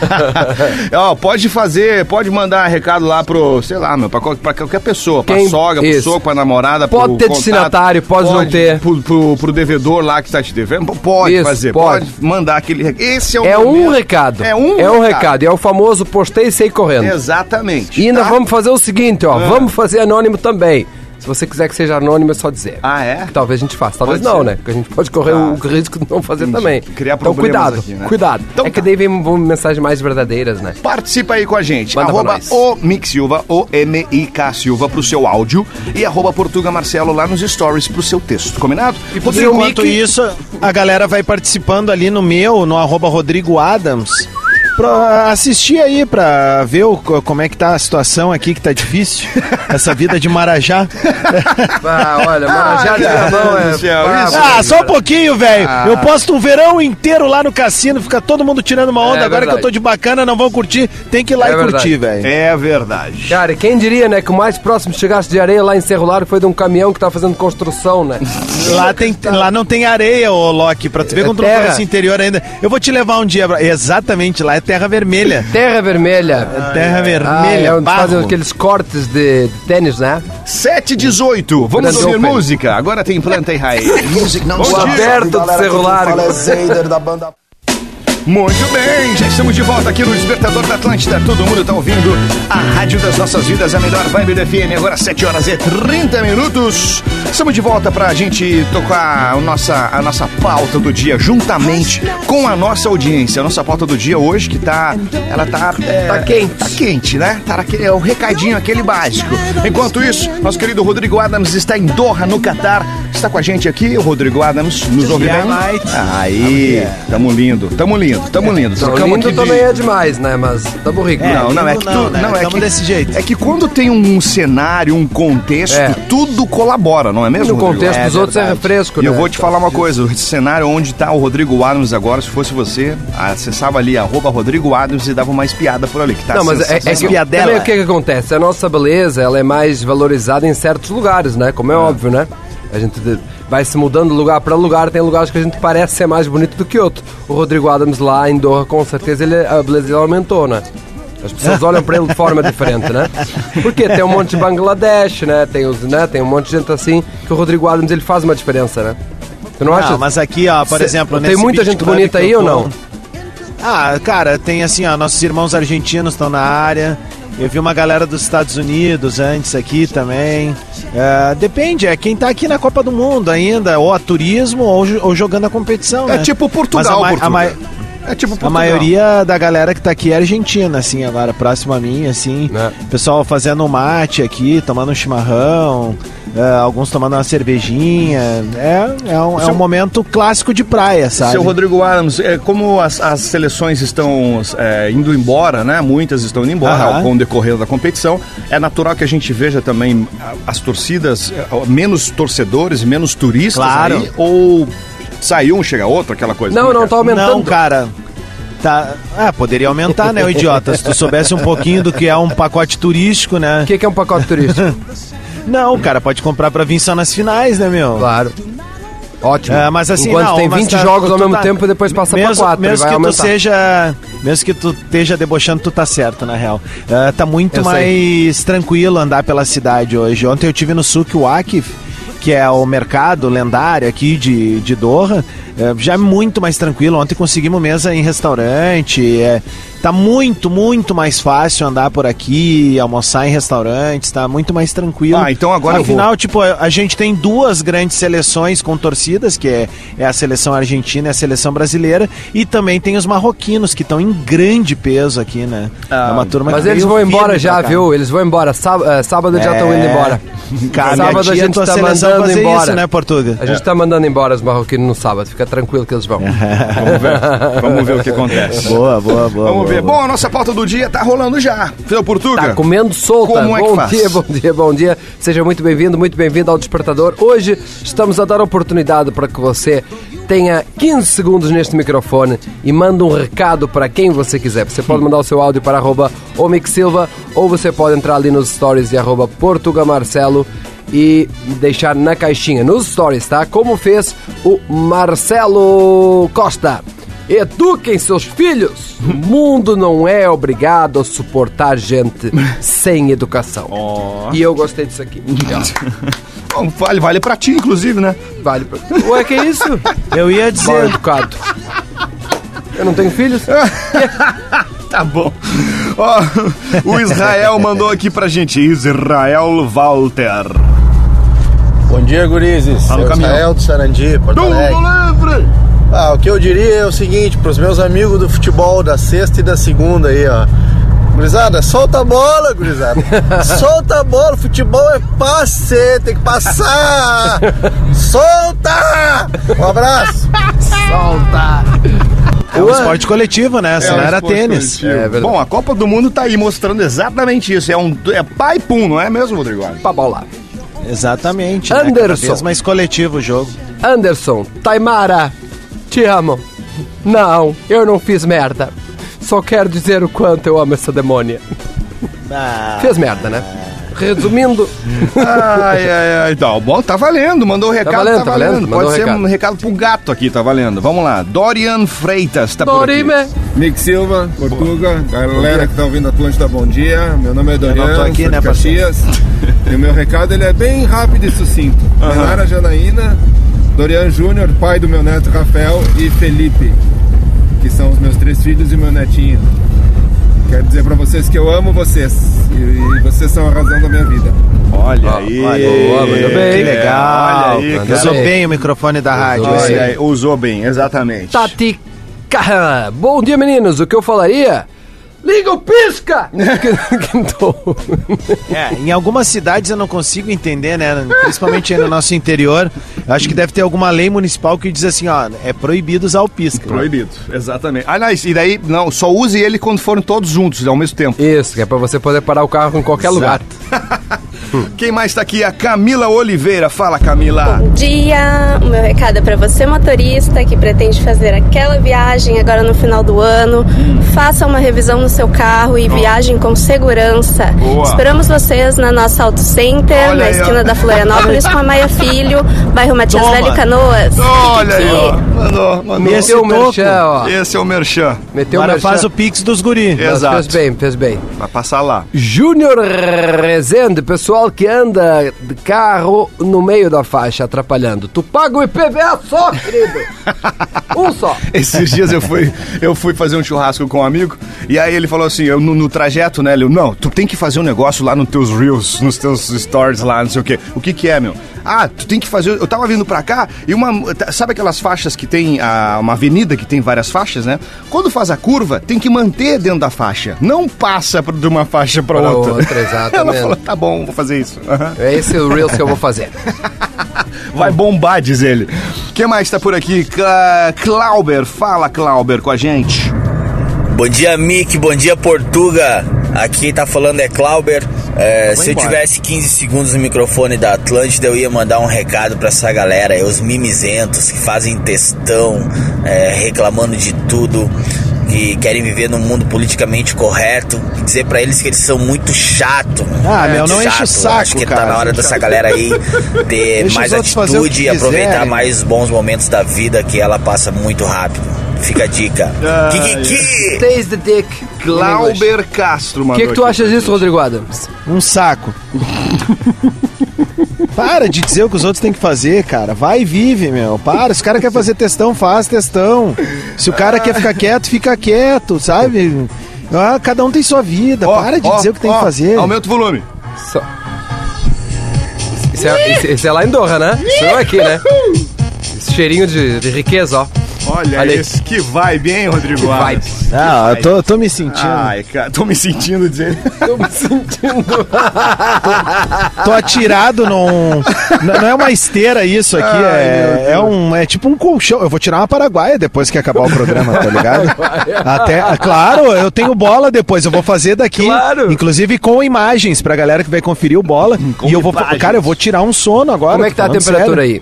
Speaker 4: Ó, pode fazer, pode mandar recado lá pro, sei lá, meu, pra, qual- pra qualquer pessoa, pra
Speaker 5: Quem-
Speaker 4: sogra, pro
Speaker 5: isso.
Speaker 4: sogro, pra namorada,
Speaker 5: Pode
Speaker 4: pro
Speaker 5: ter destinatário, pode não ter.
Speaker 4: Pro, pro, pro devedor lá que tá te devendo, p- pode
Speaker 5: Isso,
Speaker 4: fazer,
Speaker 5: pode.
Speaker 4: pode. mandar aquele recado. Esse é o
Speaker 5: É um
Speaker 4: momento.
Speaker 5: recado.
Speaker 4: É um
Speaker 5: recado.
Speaker 4: recado.
Speaker 5: É o famoso postei e sei correndo.
Speaker 4: Exatamente.
Speaker 5: E ainda
Speaker 4: tá?
Speaker 5: vamos fazer o seguinte,
Speaker 4: Ah.
Speaker 5: ó. Vamos fazer anônimo também. Se você quiser que seja anônimo, é só dizer.
Speaker 4: Ah, é?
Speaker 5: Que Talvez a gente faça, talvez
Speaker 4: Pode
Speaker 5: não,
Speaker 4: ser.
Speaker 5: né? Porque a gente pode correr
Speaker 4: Ah.
Speaker 5: o risco de não fazer
Speaker 4: Entendi.
Speaker 5: também.
Speaker 4: Criar
Speaker 5: então,
Speaker 4: problemas
Speaker 5: cuidado,
Speaker 4: aqui, né?
Speaker 5: cuidado.
Speaker 4: Então
Speaker 5: é que
Speaker 4: tá.
Speaker 5: daí vem vão mensagens mais verdadeiras, né?
Speaker 4: Participa aí com a gente.
Speaker 5: Manda pra
Speaker 4: arroba
Speaker 5: nós.
Speaker 4: o Mick Silva, o M-I-K Silva, pro seu áudio. E arroba Portuga Marcelo lá nos stories pro seu texto, combinado? E
Speaker 2: Rodrigo, enquanto isso, a galera vai participando ali no meu, no arroba Rodrigo Adams. Pra assistir aí, pra ver o- como é que tá a situação aqui, que tá difícil. Essa vida de Marajá.
Speaker 5: Ah, olha, Marajá de Gabão
Speaker 4: Deus do céu,
Speaker 5: Tá
Speaker 4: isso.
Speaker 2: Ah, só um pouquinho, velho.
Speaker 5: Ah.
Speaker 2: Eu posto um verão inteiro lá no cassino, fica todo mundo tirando uma onda.
Speaker 5: É
Speaker 2: Agora que eu
Speaker 5: verdade.
Speaker 2: tô de bacana, não vão curtir. Tem que ir lá
Speaker 5: É
Speaker 2: e curtir, velho.
Speaker 4: É verdade.
Speaker 5: Cara, quem diria, né, que o mais próximo que chegaste de areia lá em Cerro Largo foi de um caminhão que tá fazendo construção, né?
Speaker 2: Lá, tem, lá não tem areia, ô Loki, pra tu ver
Speaker 5: É
Speaker 2: quando tu não
Speaker 5: terra.
Speaker 2: conhece o interior ainda. Eu vou te levar um dia, bro. Exatamente, lá é terra vermelha.
Speaker 5: Terra Vermelha.
Speaker 2: terra
Speaker 5: Ah,
Speaker 2: vermelha,
Speaker 5: é onde
Speaker 2: barro.
Speaker 5: fazem aqueles cortes de, de tênis, né?
Speaker 4: 718. Vamos
Speaker 5: Grande
Speaker 4: ouvir
Speaker 5: Open.
Speaker 4: música. Agora tem planta e raiz. Music não
Speaker 5: O aberto do Cerro Largo.
Speaker 4: Muito bem, já estamos de volta aqui no Despertador da Atlântida. Todo mundo tá ouvindo a Rádio das Nossas Vidas, a melhor vibe do FM. Agora 7 horas e 30 minutos. Estamos de volta pra gente tocar a nossa, a nossa pauta do dia juntamente com a nossa audiência. A nossa pauta do dia hoje que tá. Ela tá. é,
Speaker 5: Tá quente.
Speaker 4: Tá quente, né? Tá naquele, é o recadinho aquele básico. Enquanto isso, nosso querido Rodrigo Adams está em Doha, no Catar. Está com a gente aqui, o Rodrigo Adams. Nos ouve bem? Aí, tamo lindo, tamo lindo, tamo lindo.
Speaker 5: Não,
Speaker 4: Trocamos
Speaker 5: é. lindo
Speaker 4: aqui de-
Speaker 5: também é demais, né? Mas tamo rico. né?
Speaker 4: Não, não, é que tu,
Speaker 2: Não, né?
Speaker 4: não é
Speaker 2: Tamo
Speaker 4: que
Speaker 2: desse jeito.
Speaker 4: É que quando tem um cenário, um contexto,
Speaker 5: É.
Speaker 4: tudo colabora, não é mesmo?
Speaker 5: No
Speaker 4: Rodrigo?
Speaker 5: contexto dos outros é
Speaker 4: verdade.
Speaker 5: refresco,
Speaker 4: E eu
Speaker 5: né?
Speaker 4: vou te falar uma coisa, o cenário onde tá o Rodrigo Adams agora, se fosse você, acessava ali arroba Rodrigo Adams e dava uma espiada por ali, que tá
Speaker 5: Não, mas é, é que
Speaker 4: sensacional.
Speaker 2: piadela.
Speaker 5: também o que, que acontece? A nossa beleza ela é mais valorizada em certos lugares, né? Como é óbvio, né? A gente de- vai se mudando de lugar para lugar, tem lugares que a gente parece ser mais bonito do que outro. O Rodrigo Adams lá em Doha, com certeza, ele, a beleza dele aumentou, né? As pessoas olham para ele de forma diferente, né? Porque tem um monte de Bangladesh, né? Tem, os, né? tem um monte de gente assim que o Rodrigo Adams ele faz uma diferença, né? Tu não acha?
Speaker 2: Não, mas aqui, ó, por
Speaker 5: Cê-
Speaker 2: exemplo...
Speaker 5: Tem
Speaker 2: nesse
Speaker 5: muita
Speaker 2: beat
Speaker 5: gente
Speaker 2: club
Speaker 5: bonita
Speaker 2: que eu
Speaker 5: aí ou
Speaker 2: tô-
Speaker 5: não?
Speaker 2: Ah, cara, tem assim, ó, nossos irmãos argentinos estão na área. Eu vi uma galera dos Estados Unidos antes aqui também. É, depende, é quem tá aqui na Copa do Mundo ainda, ou a turismo, ou, jo- ou jogando a competição.
Speaker 4: É
Speaker 2: né?
Speaker 4: tipo Portugal,
Speaker 2: Mas a,
Speaker 4: Portugal.
Speaker 2: ma- a ma-
Speaker 4: É tipo
Speaker 2: a
Speaker 4: Portugal.
Speaker 2: maioria da galera que tá aqui é argentina, assim, agora, próximo a mim, assim.
Speaker 5: Né?
Speaker 2: Pessoal fazendo um mate aqui, tomando um chimarrão, é, alguns tomando uma cervejinha. É, é, um, é um momento clássico de praia, sabe?
Speaker 4: Seu Rodrigo Adams, é, como as, as seleções estão é, indo embora, né? Muitas estão indo embora
Speaker 2: Aham.
Speaker 4: ao- com o decorrer da competição. É natural que a gente veja também a- as torcidas, é, ó, menos torcedores, menos turistas
Speaker 2: Claro.
Speaker 4: aí, ou sai um, chega outro, aquela coisa.
Speaker 5: Não,
Speaker 4: Como é
Speaker 5: não,
Speaker 4: que
Speaker 5: tá aumentando.
Speaker 2: Não, cara. Tá... Ah, poderia aumentar, né, o idiota? Se tu soubesse um pouquinho do que é um pacote turístico, né?
Speaker 5: O que, que é um pacote turístico?
Speaker 2: Não, cara, pode comprar pra vir só nas finais, né, meu?
Speaker 5: Claro. Ótimo.
Speaker 2: É, mas assim,
Speaker 5: Enquanto
Speaker 2: não,
Speaker 5: tem
Speaker 2: mas
Speaker 5: 20
Speaker 2: tá-
Speaker 5: jogos ao
Speaker 2: tu
Speaker 5: mesmo
Speaker 2: tá-
Speaker 5: tempo e depois passa
Speaker 2: mesmo,
Speaker 5: para 4.
Speaker 2: Mesmo
Speaker 5: vai
Speaker 2: que
Speaker 5: aumentar.
Speaker 2: tu seja. Mesmo que tu esteja debochando, tu tá certo, na real. Ah, tá muito
Speaker 5: Eu sei.
Speaker 2: mais tranquilo andar pela cidade hoje. Ontem eu tive no Souk o Akif, que é o mercado lendário aqui de, de Doha. É, já é muito mais tranquilo. Ontem conseguimos mesa em restaurante. é, Tá muito, muito mais fácil andar por aqui, almoçar em restaurantes, tá muito mais tranquilo.
Speaker 4: Ah, então agora eu vou.
Speaker 2: Afinal, tipo, a a gente tem duas grandes seleções com torcidas, que é, é a seleção argentina e a seleção brasileira, e também tem os marroquinos, que estão em grande peso aqui, né? é uma turma
Speaker 5: Ah, Mas
Speaker 2: que
Speaker 5: eles
Speaker 2: veio
Speaker 5: vão embora
Speaker 2: firme né,
Speaker 5: já,
Speaker 2: pra cá.
Speaker 5: viu? Eles vão embora. Sábado, eh, sábado já estão indo embora.
Speaker 2: Cara,
Speaker 5: sábado
Speaker 2: minha
Speaker 5: a
Speaker 2: tia,
Speaker 5: gente
Speaker 2: tua
Speaker 5: está
Speaker 2: seleção
Speaker 5: mandando
Speaker 2: fazer
Speaker 5: embora.
Speaker 2: isso, né, Portuga?
Speaker 5: A gente está mandando embora os marroquinos no sábado. Fica tranquilo que eles vão. Tá
Speaker 4: é? Vamos ver, vamos ver o que acontece.
Speaker 2: Boa, boa, boa.
Speaker 4: Vamos
Speaker 2: boa,
Speaker 4: ver.
Speaker 2: boa.
Speaker 4: Bom, a nossa pauta do dia tá rolando já. Seu Portuga.
Speaker 5: Tá comendo solta.
Speaker 4: Como é que
Speaker 5: bom
Speaker 4: faz?
Speaker 5: dia, bom dia, bom dia. Seja muito bem-vindo, muito bem-vindo ao Despertador. Hoje estamos a dar oportunidade para que você tenha 15 segundos neste microfone e manda um recado para quem você quiser. Você pode mandar o seu áudio para arroba Omic Silva ou você pode entrar ali nos stories de arroba Portuga Marcelo e deixar na caixinha, nos stories, tá? Como fez o Marcelo Costa. Eduquem seus filhos. O mundo não é obrigado a suportar gente sem educação. E eu gostei disso aqui.
Speaker 4: Então. Bom, vale, vale pra ti, inclusive, né?
Speaker 5: vale pra... Ué, que isso?
Speaker 2: Eu ia
Speaker 5: Mal
Speaker 2: dizer.
Speaker 5: educado. Eu não tenho filhos? É.
Speaker 4: Tá bom. Ó, o Israel mandou aqui pra gente. Israel Walter.
Speaker 8: Bom dia, gurizes.
Speaker 4: Fala,
Speaker 8: Eu
Speaker 4: caminhão.
Speaker 8: Israel do Sarandi, Porto Alegre.
Speaker 4: livre!
Speaker 8: Ah, o que eu diria é o seguinte, pros meus amigos do futebol da sexta e da segunda aí, ó. Gurizada, solta a bola, gurizada. solta a bola, futebol é passe, tem que passar. solta! Um abraço.
Speaker 2: É um esporte coletivo,
Speaker 5: É
Speaker 2: né? Se não
Speaker 4: um
Speaker 2: era
Speaker 4: esporte
Speaker 2: tênis. É,
Speaker 4: coletivo. Bom, a Copa do Mundo tá aí mostrando exatamente isso. É um é pai pum, não é mesmo, Rodrigo?
Speaker 5: Pra bolar.
Speaker 2: Exatamente. Né? Cada
Speaker 5: Anderson.
Speaker 2: vez mais coletivo o jogo.
Speaker 5: Anderson, Taimara, te amo. Não, eu não fiz merda. Só quero dizer o quanto eu amo essa demônia.
Speaker 2: Ah,
Speaker 5: Fez merda, né? Resumindo,
Speaker 4: É Ai, ai, ai. Tá, bom, tá valendo. Mandou o recado, tá valendo.
Speaker 5: valendo, tá valendo.
Speaker 4: Pode
Speaker 5: Mandou o
Speaker 4: ser
Speaker 5: recado.
Speaker 4: um recado pro gato aqui, tá valendo. Vamos lá. Dorian Freitas, tá por aqui.
Speaker 5: Dorime.
Speaker 9: Mick Silva, Portuga, galera que tá ouvindo Atlântida, bom dia. Meu nome é Dorian,
Speaker 2: não tô aqui,
Speaker 9: sou
Speaker 2: né,
Speaker 9: de
Speaker 2: parceiro?
Speaker 9: Caxias. e o meu recado ele é bem rápido e sucinto. Menara Janaína, Dorian Júnior, pai do meu neto Rafael e Felipe, que são os meus três filhos e meu netinho. Quero dizer pra vocês que eu amo vocês e, e vocês são a razão da minha vida.
Speaker 4: Olha aí.
Speaker 5: boa, mandou bem.
Speaker 4: Que legal.
Speaker 2: legal.
Speaker 4: Olha aí,
Speaker 5: Mandou
Speaker 4: cara.
Speaker 2: Usou bem o microfone da rádio.
Speaker 5: Usou.
Speaker 2: esse.
Speaker 4: Olha aí, usou bem, exatamente.
Speaker 5: Tati Carran. Bom dia, meninos. O que eu falaria? Liga o pisca! Que- que não tô.
Speaker 2: É, em algumas cidades eu não consigo entender, né? Principalmente aí no nosso interior. Eu acho que deve ter alguma lei municipal que diz assim, ó, é proibido usar o pisca.
Speaker 4: Proibido, exatamente. Ah, não, e daí, não, só use ele quando forem todos juntos, ao mesmo tempo.
Speaker 5: Isso, que é pra você poder parar o carro em qualquer lugar.
Speaker 4: Quem mais tá aqui? A Camila Oliveira. Fala, Camila.
Speaker 7: Bom dia! O meu recado é para você, motorista, que pretende fazer aquela viagem agora no final do ano.
Speaker 4: Hum.
Speaker 7: Faça uma revisão no seu carro e viagem com segurança.
Speaker 4: Boa.
Speaker 7: Esperamos vocês na nossa Auto Center,
Speaker 4: Olha
Speaker 7: na
Speaker 4: aí, ó.
Speaker 7: esquina da Florianópolis, com a Maia Filho, bairro Matias
Speaker 2: Toma.
Speaker 7: Velho Canoas.
Speaker 4: Olha aí,
Speaker 7: Fique
Speaker 4: ó. Mandou, mandou.
Speaker 2: Esse
Speaker 5: Meteu o
Speaker 2: topo.
Speaker 5: merchan, ó.
Speaker 4: Esse é o Merchan.
Speaker 5: Meteu o
Speaker 2: Agora
Speaker 5: merchan.
Speaker 2: faz o pix dos
Speaker 4: É.
Speaker 2: guri.
Speaker 5: Mas Fez
Speaker 4: Exato.
Speaker 5: bem, fez bem.
Speaker 4: Vai passar lá.
Speaker 5: Júnior Rezende, pessoal que anda de carro no meio da faixa, atrapalhando. Tu paga o IPVA é só, querido! um só!
Speaker 4: Esses dias eu fui, eu fui fazer um churrasco com um amigo e aí ele falou assim, eu, no, no trajeto, né, ele, não, tu tem que fazer um negócio lá nos teus reels, nos teus stories lá, não sei o quê. O que que é, meu? Ah, tu tem que fazer, eu tava vindo pra cá e uma, tá- sabe aquelas faixas que tem, a, uma avenida que tem várias faixas, né? Quando faz a curva, tem que manter dentro da faixa, não passa pra- de uma faixa pra
Speaker 5: Pra
Speaker 4: outra.
Speaker 5: outra,
Speaker 4: Ela
Speaker 5: exatamente.
Speaker 4: falou, tá bom, vou fazer isso. Aham.
Speaker 5: É esse o Reels que eu vou fazer.
Speaker 4: Vai bombar, diz ele. Quem mais tá por aqui? Cla- Clauber, fala Clauber com a gente.
Speaker 10: Bom dia, Mick. Bom dia, Portuga. Aqui quem tá falando é Clauber. É, se eu
Speaker 4: embora.
Speaker 10: tivesse 15 segundos no microfone da Atlântida, eu ia mandar um recado pra essa galera, é, os mimizentos que fazem textão, é, reclamando de tudo, que querem viver num mundo politicamente correto. E dizer pra eles que eles são muito chato.
Speaker 2: Ah,
Speaker 10: muito
Speaker 2: meu, não enche o
Speaker 10: Acho
Speaker 2: saco,
Speaker 10: que
Speaker 2: cara.
Speaker 10: tá na hora dessa galera aí ter
Speaker 2: Deixa
Speaker 10: mais
Speaker 2: os outros fazer o
Speaker 10: atitude
Speaker 2: que
Speaker 10: e aproveitar
Speaker 2: quiserem.
Speaker 10: mais os bons momentos da vida que ela passa muito rápido. Fica a dica.
Speaker 2: Ah,
Speaker 10: Kikiki!
Speaker 5: Taste the dick.
Speaker 4: Clauber Castro,
Speaker 5: O
Speaker 4: mano.
Speaker 5: que, que tu achas disso, Rodrigo Adams?
Speaker 2: Um saco. Para de dizer o que os outros têm que fazer, cara. Vai e vive, meu. Para. Se o cara quer fazer testão, faz testão. Se o cara quer ficar quieto, fica quieto, sabe? Ah, cada um tem sua vida. Para de
Speaker 4: ó,
Speaker 2: dizer o que tem
Speaker 4: ó,
Speaker 2: que fazer.
Speaker 4: Aumenta o volume.
Speaker 5: Só- Isso é, isso- isso é lá em Doha, né? Isso não é aqui, né? Esse cheirinho de, de riqueza, ó.
Speaker 4: Olha,
Speaker 5: Olha aí.
Speaker 4: isso, que vibe, hein, Rodrigo?
Speaker 5: Que vibe.
Speaker 4: Alves?
Speaker 2: Ah, eu tô, tô me sentindo.
Speaker 4: Ai, cara, tô me sentindo dizer.
Speaker 5: Tô me sentindo.
Speaker 2: Tô atirado num. N- Não é uma esteira isso aqui, é, é, um, é tipo um colchão. Eu vou tirar uma paraguaia depois que acabar o programa, tá ligado? Até, ah, claro, eu tenho bola depois, eu vou fazer daqui.
Speaker 5: Claro.
Speaker 2: Inclusive com imagens pra galera que vai conferir o bola. e eu vou. fa- Cara, eu vou tirar um sono agora.
Speaker 5: Como é que tá a temperatura aí?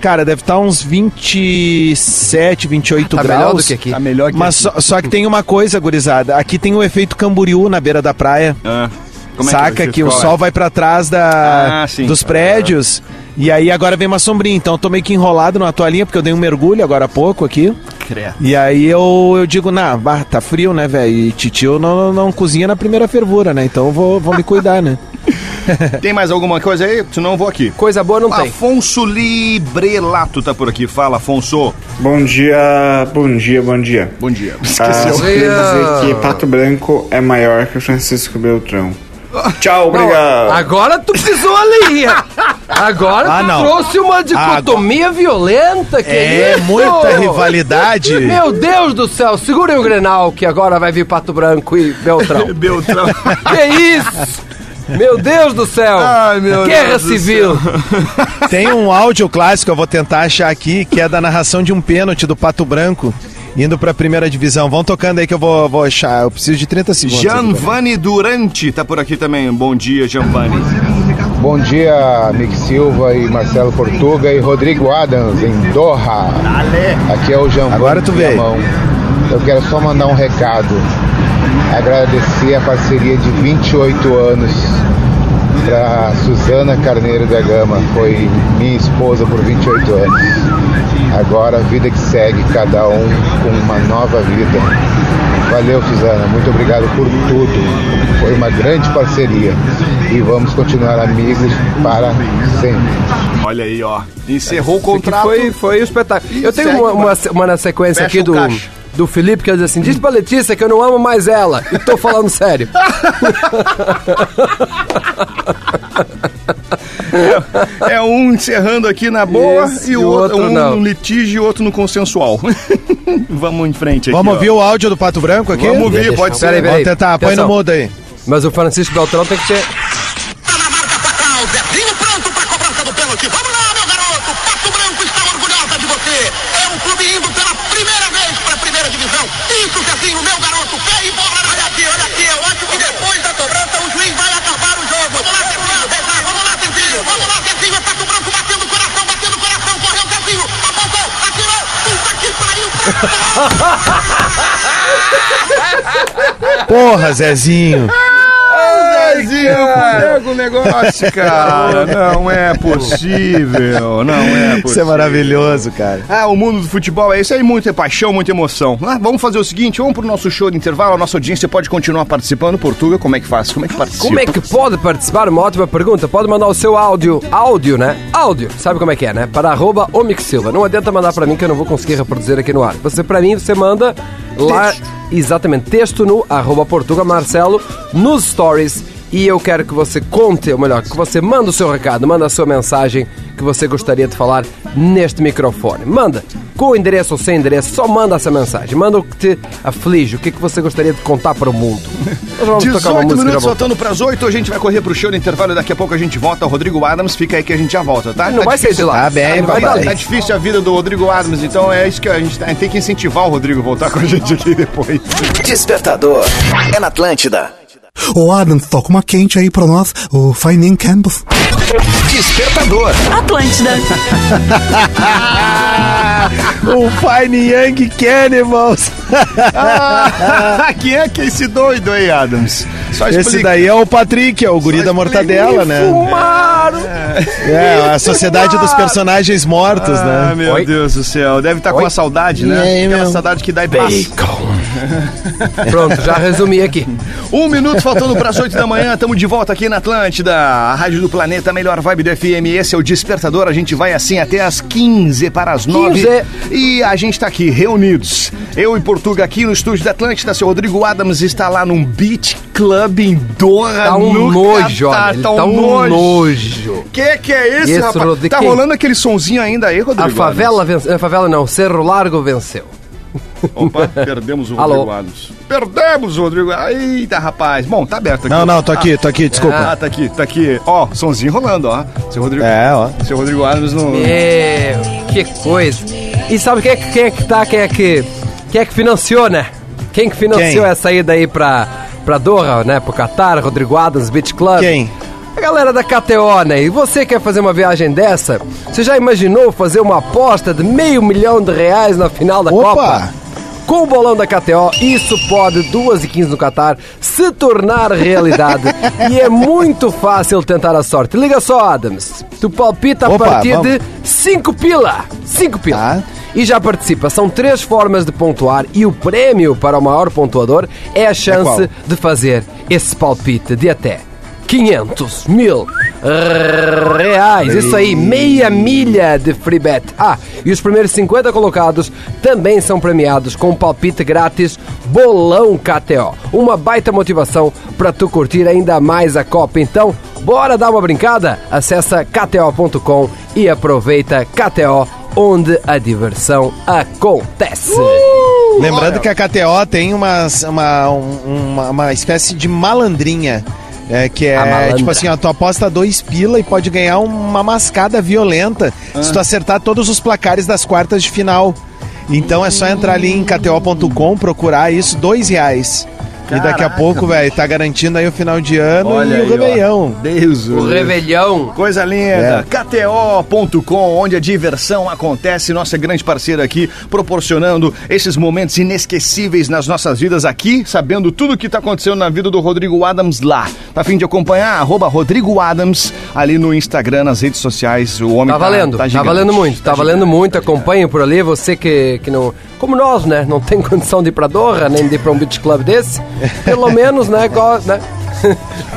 Speaker 2: Cara, deve estar uns 27, 28
Speaker 5: Tá
Speaker 2: graus.
Speaker 5: melhor do que aqui.
Speaker 4: Tá melhor que
Speaker 2: Mas
Speaker 4: aqui.
Speaker 2: só, só que tem uma coisa, gurizada. Aqui tem o efeito camboriú na beira da praia.
Speaker 4: Ah, como é
Speaker 2: Saca
Speaker 4: vocês
Speaker 2: que o
Speaker 4: falam?
Speaker 2: sol vai pra trás da,
Speaker 4: Ah, sim.
Speaker 2: dos prédios. E aí agora vem uma sombrinha. Então eu tô meio que enrolado numa toalhinha, porque eu dei um mergulho agora há pouco aqui.
Speaker 4: Credo.
Speaker 2: E aí eu, eu digo, nah, bah, tá frio, né, velho? E titio não, não, não cozinha na primeira fervura, né? Então eu vou, vou me cuidar, né?
Speaker 4: Tem mais alguma coisa aí? Senão eu vou aqui.
Speaker 5: Coisa boa
Speaker 4: Ah,
Speaker 5: não tem.
Speaker 4: Afonso Librelato tá por aqui. Fala, Afonso.
Speaker 11: Bom dia, bom dia, bom dia.
Speaker 4: Bom dia.
Speaker 11: Ah,
Speaker 4: Esqueceu.
Speaker 11: só queria
Speaker 5: Bom dia.
Speaker 11: dizer que Pato Branco é maior que Francisco Beltrão. Tchau,
Speaker 5: Não,
Speaker 11: obrigado.
Speaker 5: agora tu pisou a linha. Agora
Speaker 2: Ah,
Speaker 5: tu
Speaker 2: não.
Speaker 5: trouxe uma dicotomia violenta, que isso?
Speaker 2: rivalidade.
Speaker 5: Meu Deus do céu, segurem o Grenal, que agora vai vir Pato Branco e Beltrão.
Speaker 4: Beltrão.
Speaker 5: que isso? Meu Deus do céu!
Speaker 4: Ai, meu
Speaker 5: Guerra
Speaker 4: Deus do
Speaker 5: civil!
Speaker 2: Tem um áudio clássico, eu vou tentar achar aqui, que é da narração de um pênalti do Pato Branco indo pra primeira divisão. Vão tocando aí que eu vou, vou achar. Eu preciso de 30 segundos.
Speaker 4: Gianvani Durante tá por aqui também. Bom dia, Gianvani.
Speaker 12: Bom dia, Mick Silva e Marcelo Portuga e Rodrigo Adams em Doha. Aqui é o Jean
Speaker 2: Agora tu vê.
Speaker 12: Fiamão. Eu quero só mandar um recado. Agradecer a parceria de 28 anos para Suzana Carneiro da Gama. Foi minha esposa por 28 anos. Agora a vida que segue, cada um com uma nova vida. Valeu, Suzana. Muito obrigado por tudo. Foi uma grande parceria. E vamos continuar amigos para sempre.
Speaker 4: Olha aí, ó. Encerrou o
Speaker 5: Que
Speaker 4: contrato.
Speaker 5: foi, foi um espetáculo.
Speaker 4: E
Speaker 5: Eu tenho
Speaker 4: segue,
Speaker 5: uma,
Speaker 4: mano.
Speaker 5: uma, uma na sequência
Speaker 4: Fecha
Speaker 5: aqui do,
Speaker 4: o caixa.
Speaker 5: do Felipe que diz assim: diz pra Letícia que eu não amo mais ela. E tô falando sério.
Speaker 4: É um encerrando aqui na boa
Speaker 5: Esse
Speaker 4: e o
Speaker 5: e o
Speaker 4: outro,
Speaker 5: outro
Speaker 4: um
Speaker 5: não.
Speaker 4: no litígio e outro no consensual. Vamos em frente aqui.
Speaker 2: Vamos
Speaker 4: ó.
Speaker 2: ouvir o áudio do Pato Branco aqui?
Speaker 4: Vamos ouvir, pode ser.
Speaker 5: Peraí, peraí.
Speaker 2: Vamos tentar, põe no
Speaker 5: Atenção.
Speaker 2: mudo aí.
Speaker 5: Mas o Francisco Beltrão tem que ter.
Speaker 10: É um É
Speaker 2: Porra, Zezinho.
Speaker 4: Zezinho, pega o negócio, cara. Não é possível. Não é possível.
Speaker 2: Isso é maravilhoso, cara.
Speaker 4: Ah, o mundo do futebol é isso aí, muita paixão, muita emoção. Ah, vamos fazer o seguinte, vamos pro nosso show de intervalo, a nossa audiência pode continuar participando. Portuga, como é que faz? Como é que participa?
Speaker 5: Como é que pode participar? Uma ótima pergunta. Pode mandar o seu áudio. Áudio, né? Áudio. Sabe como é que é, né? Para arroba Omic Silva. Não adianta mandar para mim que eu não vou conseguir reproduzir aqui no ar. Você, para mim, você manda lá... Exatamente. Texto no arroba Portuga Marcelo nos stories. E eu quero que você conte, ou melhor, que você manda o seu recado, manda a sua mensagem que você gostaria de falar neste microfone. Manda, com endereço ou sem endereço, só manda essa mensagem. Manda o que te aflige, o que, que você gostaria de contar para o mundo. Nós vamos tocar uma
Speaker 4: 18
Speaker 5: música
Speaker 4: minutos
Speaker 5: já voltamos.
Speaker 4: faltando pras 8, a gente vai correr pro show de intervalo e daqui a pouco a gente volta. Rodrigo Adams, fica aí que a gente já volta, tá?
Speaker 5: Não
Speaker 4: Tá
Speaker 5: vai sair de
Speaker 4: difícil-
Speaker 5: lá.
Speaker 2: Tá bem,
Speaker 5: não
Speaker 4: Tá,
Speaker 5: vai
Speaker 2: papai.
Speaker 5: dar.
Speaker 4: tá difícil a vida do Rodrigo Adams, então é isso que a gente, tá- a gente tem que incentivar o Rodrigo a voltar com a gente aqui depois.
Speaker 3: Despertador é na Atlântida.
Speaker 12: Ô Adam, toca uma quente aí pra nós, o Finding Campbell.
Speaker 3: Despertador
Speaker 13: Atlântida.
Speaker 2: O Fine Young Cannibals.
Speaker 4: Quem é que é esse doido aí, Adams? Só
Speaker 2: Esse daí é o Patrick, é o guri da mortadela, né?
Speaker 5: Fumaram!
Speaker 2: É, a sociedade dos personagens mortos,
Speaker 4: Ah,
Speaker 2: né?
Speaker 4: meu
Speaker 5: Oi?
Speaker 4: Deus do céu. Deve estar com uma saudade, né?
Speaker 2: E aí,
Speaker 4: Aquela
Speaker 2: meu?
Speaker 4: saudade que dá e passa.
Speaker 3: Bacon.
Speaker 5: Pronto, já resumi aqui.
Speaker 4: Um minuto faltando para as 8 da manhã, estamos de volta aqui na Atlântida, a Rádio do Planeta, a melhor vibe do FM. Esse é o Despertador, a gente vai assim até as 15 para as 9.
Speaker 5: 15.
Speaker 4: E a gente está aqui reunidos. Eu e Portuga aqui no estúdio da Atlântida, seu Rodrigo Adams está lá num beat club em Doha.
Speaker 5: Tá um
Speaker 4: no
Speaker 5: nojo,
Speaker 4: Catar.
Speaker 5: olha, ele tá um nojo.
Speaker 4: Que que é esse,
Speaker 5: Esse,
Speaker 4: rapaz?
Speaker 5: Rodrigo,
Speaker 4: tá
Speaker 5: que-
Speaker 4: rolando aquele sonzinho ainda aí, Rodrigo?
Speaker 5: A
Speaker 4: Adams?
Speaker 5: favela venceu. A favela não, Cerro Largo venceu.
Speaker 4: Opa, perdemos o
Speaker 5: Alô.
Speaker 4: Rodrigo Adams. Perdemos o Rodrigo. Eita, rapaz. Bom, tá aberto aqui.
Speaker 2: Não, não, tô aqui, tô aqui, desculpa.
Speaker 4: Ah, tá aqui, tá aqui. Ó, sonzinho rolando, ó. Seu Rodrigo.
Speaker 2: É, ó.
Speaker 4: Seu Rodrigo Adams não.
Speaker 5: Meu, que coisa. E sabe quem é, que- quem é que tá, quem é que, quem é que financiou, né? Quem que financiou
Speaker 2: Quem?
Speaker 5: essa ida aí pra, pra Doha, né? Pro Qatar, Rodrigo Adams, Beach Club?
Speaker 2: Quem?
Speaker 5: A galera da KTO, né? E você quer fazer uma viagem dessa? Você já imaginou fazer uma aposta de meio milhão de reais na final da
Speaker 2: Opa!
Speaker 5: Copa? Com o bolão da KTO, isso pode, 2 e 15 no Qatar, se tornar realidade. e é muito fácil tentar a sorte. Liga só, Adams. Tu palpita a
Speaker 2: Opa,
Speaker 5: partir
Speaker 2: vamos. Ah?
Speaker 5: de 5 pila. 5 pila. E já participa. São três formas de pontuar e o prêmio para o maior pontuador é a chance
Speaker 2: qual?
Speaker 5: de fazer esse palpite de até 500 mil reais. Isso aí, meia milha de free bet. Ah, e os primeiros 50 colocados também são premiados com um palpite grátis Bolão KTO. Uma baita motivação para tu curtir ainda mais a Copa. Então, bora dar uma brincada? Acessa kto.com e aproveita KTO, onde a diversão acontece.
Speaker 4: Uh!
Speaker 2: Lembrando que a KTO tem umas- uma, um- uma, uma espécie de malandrinha. é, que
Speaker 5: A
Speaker 2: é
Speaker 5: malandra.
Speaker 2: tipo assim, ó, tu aposta dois pila e pode ganhar uma mascada violenta
Speaker 5: Ah.
Speaker 2: se tu acertar todos os placares das quartas de final. Então é só entrar ali em KTO.com, procurar isso, dois reais. e daqui a pouco, velho, tá garantindo aí o final de ano e o Réveillon.
Speaker 4: Deus
Speaker 5: O Tá Revelhão.
Speaker 4: Coisa
Speaker 2: É.
Speaker 4: linda. KTO.com, onde a diversão acontece. Nossa grande parceira aqui, proporcionando esses momentos inesquecíveis nas nossas vidas aqui, sabendo tudo o que está acontecendo na vida do Rodrigo Adams lá. Tá a fim de acompanhar? Arroba Rodrigo Adams, ali no Instagram, nas redes sociais. O homem
Speaker 5: Tá valendo, tá,
Speaker 4: gigante.
Speaker 5: valendo muito, tá, valendo
Speaker 4: gigante.
Speaker 5: muito, acompanha por ali, você que, que não. Como nós, né? Não tem condição de ir pra Doha, nem de ir pra um beach club desse, pelo menos, né? Go, né?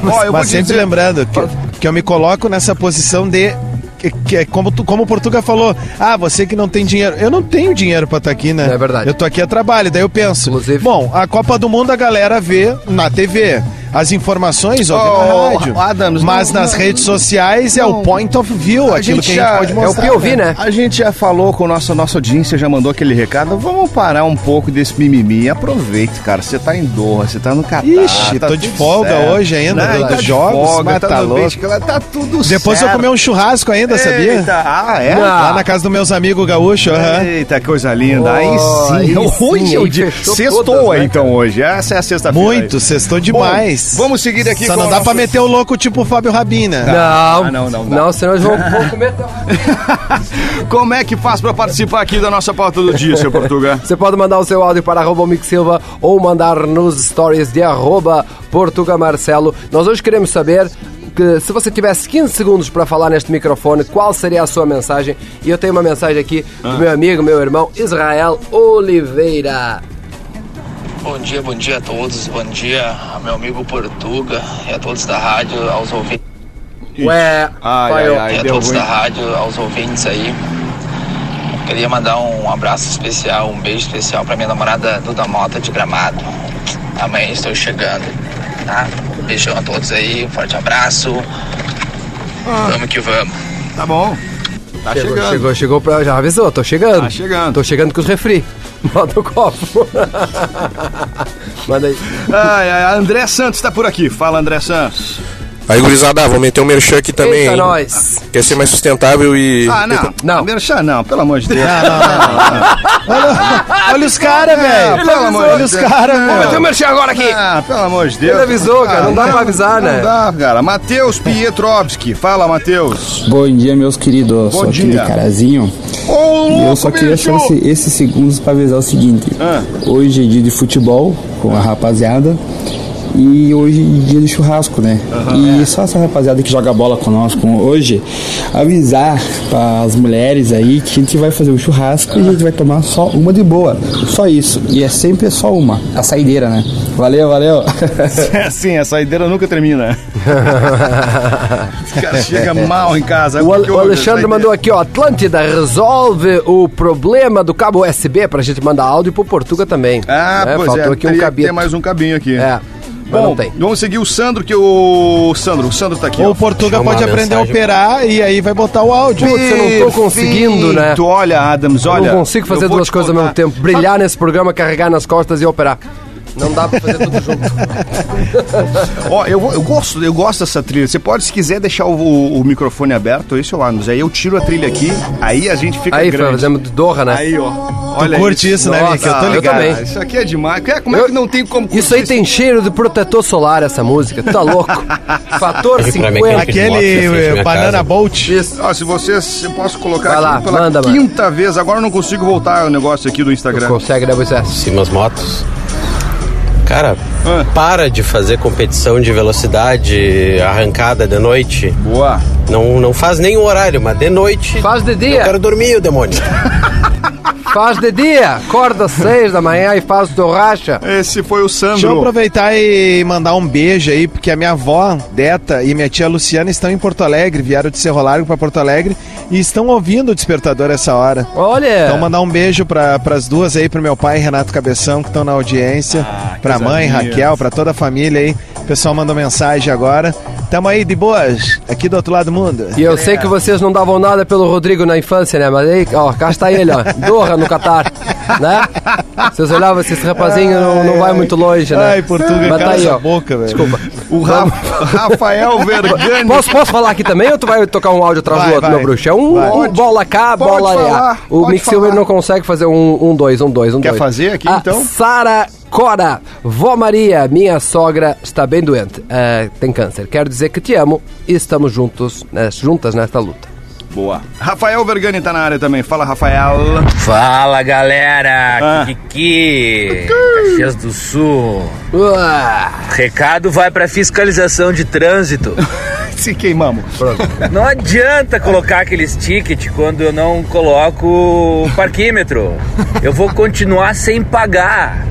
Speaker 4: Ó, eu vou
Speaker 2: Mas
Speaker 4: te
Speaker 2: sempre
Speaker 4: dizer,
Speaker 2: lembrando que, que eu me coloco nessa posição de. Que, que é como, tu, como o Portuga falou, ah, você que não tem dinheiro. Eu não tenho dinheiro pra estar aqui, né?
Speaker 5: É verdade.
Speaker 2: Eu tô aqui a trabalho, daí eu penso.
Speaker 5: Inclusive-
Speaker 2: Bom, a Copa do Mundo a galera vê na TV. As informações, ouve
Speaker 4: Oh,
Speaker 2: na rádio.
Speaker 4: Adams,
Speaker 2: mas
Speaker 4: não-
Speaker 2: nas
Speaker 4: não-
Speaker 2: redes sociais é o point of view, aquilo que a gente pode
Speaker 5: é o
Speaker 2: mostrar.
Speaker 5: POV, né?
Speaker 4: A gente já falou com a nossa, nossa audiência, já mandou aquele recado. Vamos parar um pouco desse mimimi. Aproveite, cara. Você tá em Doha, você tá no Catar.
Speaker 2: Ixi,
Speaker 4: tá
Speaker 2: tô de
Speaker 4: tudo
Speaker 2: folga hoje ainda,
Speaker 4: Não,
Speaker 2: do-
Speaker 4: tá
Speaker 2: dos
Speaker 4: de
Speaker 2: jogos,
Speaker 4: folga,
Speaker 2: mas
Speaker 4: tá,
Speaker 2: tá
Speaker 4: no
Speaker 2: louco.
Speaker 4: beach, cara, tá tudo
Speaker 2: Depois eu
Speaker 4: certo.
Speaker 2: comi um churrasco ainda, sabia?
Speaker 4: Eita, ah, é?
Speaker 2: Lá na casa dos meus amigos gaúchos, aham.
Speaker 4: Eita, coisa linda. aí
Speaker 5: Oh,
Speaker 4: sim.
Speaker 5: aí
Speaker 4: hoje
Speaker 5: sim,
Speaker 4: é o
Speaker 5: aí
Speaker 4: dia.
Speaker 5: fechou
Speaker 4: Sextou
Speaker 5: todas, né,
Speaker 4: então hoje. Essa é a sexta-feira.
Speaker 2: Muito,
Speaker 4: aí.
Speaker 2: sextou
Speaker 4: Bom,
Speaker 2: demais.
Speaker 4: vamos seguir aqui
Speaker 2: Só
Speaker 4: com
Speaker 2: não
Speaker 4: a
Speaker 2: dá
Speaker 4: nossa-
Speaker 2: pra meter o louco tipo o Fábio Rabina.
Speaker 5: Não,
Speaker 4: Ah,
Speaker 5: não,
Speaker 4: não,
Speaker 5: não,
Speaker 4: não, não.
Speaker 5: senão eles vão, vão comer. tá?
Speaker 4: Como é que faz pra participar aqui da nossa pauta do dia, seu Portugal?
Speaker 5: Você pode mandar o seu áudio para arroba Mix Silva ou mandar nos stories de arroba Portuga Marcelo. Nós hoje queremos saber que se você tivesse 15 segundos para falar neste microfone, qual seria a sua mensagem? E eu tenho uma mensagem aqui
Speaker 4: Ah.
Speaker 5: do meu amigo, meu irmão, Israel Oliveira.
Speaker 13: Bom dia, bom dia a todos, bom dia ao meu amigo Portuga e a todos da rádio, aos ouvintes,
Speaker 5: Ué,
Speaker 4: Ai,
Speaker 5: pai,
Speaker 4: ai,
Speaker 5: eu-
Speaker 4: ai.
Speaker 13: e a
Speaker 4: deu
Speaker 13: todos
Speaker 4: ruim.
Speaker 13: da rádio, aos ouvintes aí. Queria mandar um abraço especial, um beijo especial pra minha namorada Duda Mota de Gramado. Amanhã estou chegando, tá? Beijão a todos aí, um forte abraço. Vamos que vamos.
Speaker 4: Tá bom. Tá
Speaker 5: Chegou,
Speaker 4: chegando.
Speaker 5: chegou, chegou pra. Já avisou, tô chegando.
Speaker 4: Tá chegando.
Speaker 5: Tô chegando com os refri. Bota o copo. Manda aí.
Speaker 4: Ai, ai, André Santos tá por aqui. Fala, André Santos.
Speaker 14: Aí, gurizada, vou meter um merchan aqui também.
Speaker 5: Eita,
Speaker 14: hein?
Speaker 5: nós.
Speaker 14: Quer ser mais sustentável e.
Speaker 4: Ah, não.
Speaker 5: Não. Ah,
Speaker 4: Merchan, não, pelo amor de Deus.
Speaker 2: Olha os caras, velho.
Speaker 4: pelo amor de
Speaker 2: Olha os
Speaker 4: Deus.
Speaker 2: caras,
Speaker 4: Não.
Speaker 2: velho.
Speaker 5: Tem um merchan agora aqui.
Speaker 4: Ah, pelo amor de Deus.
Speaker 5: Ele
Speaker 4: Ah,
Speaker 5: avisou, cara, não dá pra avisar, né?
Speaker 4: Não dá, cara. Matheus Pietrovski. Fala, Matheus.
Speaker 15: Bom dia, meus queridos.
Speaker 4: Bom
Speaker 15: Sou aqui
Speaker 4: dia.
Speaker 15: de Carazinho. E eu só queria achar esse- esses
Speaker 4: Ah.
Speaker 15: segundos para avisar o seguinte. Hoje é dia de futebol com a rapaziada. E hoje é dia do churrasco, né?
Speaker 16: É.
Speaker 15: e só essa rapaziada que joga bola conosco hoje, avisar as mulheres aí que a gente vai fazer um churrasco e a gente vai tomar só uma de boa. Só isso. E é sempre só uma. A saideira, né? Valeu, valeu.
Speaker 4: É assim, a saideira nunca termina. Os caras chegam mal em casa.
Speaker 5: O, Ale-
Speaker 4: Que
Speaker 5: o
Speaker 4: horror,
Speaker 5: Alexandre
Speaker 4: saideira.
Speaker 5: mandou aqui, ó. Atlântida resolve o problema do cabo USB pra gente mandar áudio pro Portuga também.
Speaker 4: Ah,
Speaker 5: Né?
Speaker 4: pois
Speaker 5: Faltou
Speaker 4: é,
Speaker 5: aqui um
Speaker 4: teria que
Speaker 5: cabinho.
Speaker 4: ter mais um cabinho aqui.
Speaker 5: É,
Speaker 4: Bom,
Speaker 5: não tem.
Speaker 4: vamos seguir o Sandro, que o Sandro, o Sandro tá aqui.
Speaker 2: Ou o Portuga pode aprender a operar e aí vai botar o áudio.
Speaker 4: Tu olha, Adams,
Speaker 5: né? Eu
Speaker 4: olha.
Speaker 5: não consigo fazer
Speaker 4: eu vou
Speaker 5: duas
Speaker 4: te
Speaker 5: coisas ao
Speaker 4: contar.
Speaker 5: mesmo tempo. Brilhar nesse programa, carregar nas costas e operar. Não dá pra fazer tudo
Speaker 4: Ó, eu, vou- eu gosto, eu gosto dessa trilha. Você pode, se quiser, deixar o, o- o microfone aberto, esse é o Adams. Aí eu tiro a trilha aqui, aí a gente fica
Speaker 5: Aí,
Speaker 4: É grande.
Speaker 5: fazemos Doha, né?
Speaker 4: Aí, ó.
Speaker 5: Tu
Speaker 4: Olha
Speaker 5: curte isso, né,
Speaker 4: Nossa,
Speaker 5: Mick? Eu tô ligado. também.
Speaker 4: Isso aqui é demais. É, Como é que não tem como...
Speaker 5: Isso aí tem cheiro de protetor solar, essa música. Tá louco? Fator 50.
Speaker 2: eh, Bolt.
Speaker 4: Isso. Ó, se vocês... Eu posso colocar
Speaker 5: Vai lá,
Speaker 4: aqui pela
Speaker 5: manda, mano.
Speaker 4: quinta vez. Agora eu não consigo voltar o negócio aqui do Instagram.
Speaker 5: consegue, né, você?
Speaker 17: Simas Motos. Cara, para de fazer competição de velocidade arrancada de noite.
Speaker 4: Boa.
Speaker 17: Não, não faz nem o horário, mas de noite.
Speaker 5: Faz de dia.
Speaker 17: Eu quero dormir, o demônio.
Speaker 5: Faz de dia. Acorda às seis da manhã e faz o teu racha.
Speaker 4: Esse foi o
Speaker 2: Deixa eu aproveitar e mandar um beijo aí, porque a minha avó, Deta, e minha tia Luciana estão em Porto Alegre, vieram de Cerro Largo para Porto Alegre e estão ouvindo o despertador essa hora.
Speaker 5: Olha!
Speaker 2: Então mandar um beijo para as duas aí, pro meu pai, Renato Cabeção, que estão na audiência, para a
Speaker 4: coisa
Speaker 2: mãe,
Speaker 4: linda.
Speaker 2: Raquel, para toda a família aí. O pessoal mandou mensagem agora. Tamo aí, de boas, aqui do outro lado do mundo.
Speaker 5: E eu sei que vocês não davam nada pelo Rodrigo na infância, né? Mas aí, ó, cá está ele, ó. Doha no Catar, né? Vocês olhavam, esse rapazinho não, não vai muito longe, né?
Speaker 2: Ai, Portuga,
Speaker 5: Mas
Speaker 2: cala
Speaker 5: tá aí,
Speaker 2: essa
Speaker 5: ó.
Speaker 2: boca, velho.
Speaker 5: Desculpa.
Speaker 4: O Rafael Vergani.
Speaker 5: Posso, posso falar aqui também ou tu vai tocar um áudio atrás
Speaker 4: Vai,
Speaker 5: do outro,
Speaker 4: vai.
Speaker 5: meu bruxo? É um,
Speaker 4: Vai.
Speaker 5: um
Speaker 4: Pode.
Speaker 5: bola cá,
Speaker 4: Pode
Speaker 5: bola lá.
Speaker 4: falar,
Speaker 5: O
Speaker 4: pode
Speaker 5: Mick Silver não consegue fazer um, um dois, um dois, um
Speaker 4: Quer
Speaker 5: dois.
Speaker 4: fazer aqui,
Speaker 5: A
Speaker 4: então?
Speaker 5: Sara Cora, vó Maria, minha sogra está bem doente, eh, tem câncer. Quero dizer que te amo e estamos juntos, né, juntas nesta luta.
Speaker 4: Boa. Rafael Vergani tá na área também. Fala, Rafael.
Speaker 18: Fala
Speaker 10: Ah.
Speaker 18: galera, Kiki, Caxias do Sul. Recado vai pra fiscalização de trânsito.
Speaker 4: Se queimamos.
Speaker 18: Não adianta colocar aqueles tickets quando eu não coloco o parquímetro. Eu vou continuar sem pagar.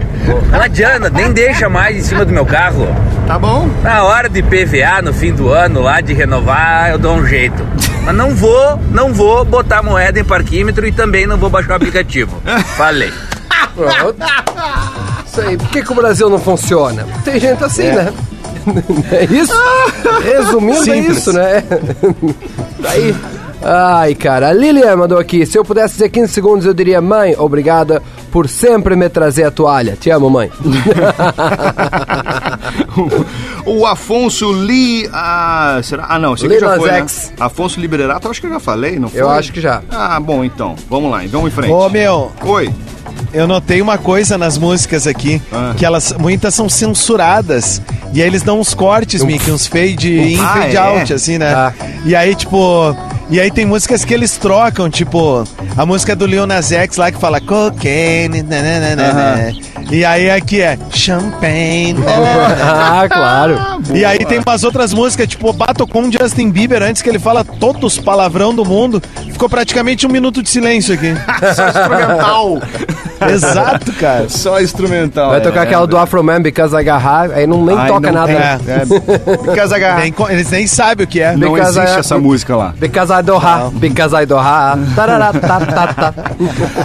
Speaker 18: Não adianta, nem deixa mais em cima do meu carro.
Speaker 4: Tá bom?
Speaker 18: Na hora de PVA no fim do ano lá de renovar, eu dou um jeito. Mas não vou, não vou botar moeda em parquímetro e também não vou baixar o aplicativo. Falei.
Speaker 5: Pronto. Isso aí. Por que, que o Brasil não funciona? Tem gente assim,
Speaker 18: É.
Speaker 5: né? É isso? Resumindo, é
Speaker 18: Simples.
Speaker 5: isso, né? Daí. Ai, cara, a Lilian mandou aqui. Se eu pudesse dizer 15 segundos, eu diria: Mãe, obrigada por sempre me trazer a toalha. Te amo, mãe.
Speaker 4: O Afonso Li. Ah, será? Ah, não. Esse aqui já
Speaker 5: Linas
Speaker 4: foi, né?
Speaker 5: X.
Speaker 4: Afonso Liberato, eu acho que eu já falei, não foi?
Speaker 2: Eu acho que
Speaker 5: já.
Speaker 4: Ah, bom, então. Vamos lá, vamos em frente.
Speaker 2: Ô, meu.
Speaker 4: Oi.
Speaker 2: Eu notei uma coisa nas músicas aqui,
Speaker 5: Ah.
Speaker 2: que elas muitas são censuradas. E aí eles dão uns cortes, Mickey, uns fade
Speaker 5: Um-
Speaker 2: in,
Speaker 5: Ah,
Speaker 2: fade
Speaker 5: é?
Speaker 2: out, assim, né? E aí, tipo. E aí tem músicas que eles trocam, tipo, a música do Lil Nas X lá que fala cocaine, né, nananana. E aí aqui é champagne. né,
Speaker 5: Ah, claro.
Speaker 2: E aí tem umas outras músicas, tipo, bato com o Justin Bieber antes que ele fala todos os palavrão do mundo. Ficou praticamente um minuto de silêncio aqui.
Speaker 4: Só instrumental.
Speaker 2: Exato, cara.
Speaker 4: Só instrumental.
Speaker 5: Vai tocar
Speaker 2: É,
Speaker 5: aquela do Afroman, Because I Got High, aí não nem
Speaker 2: Ai,
Speaker 5: toca
Speaker 2: não
Speaker 5: nada.
Speaker 2: tem.
Speaker 5: né?
Speaker 2: É. Nem co- eles nem sabem o que é.
Speaker 5: Because I- Because I do ha, because I do ha. Tarará, tá, tá, tá.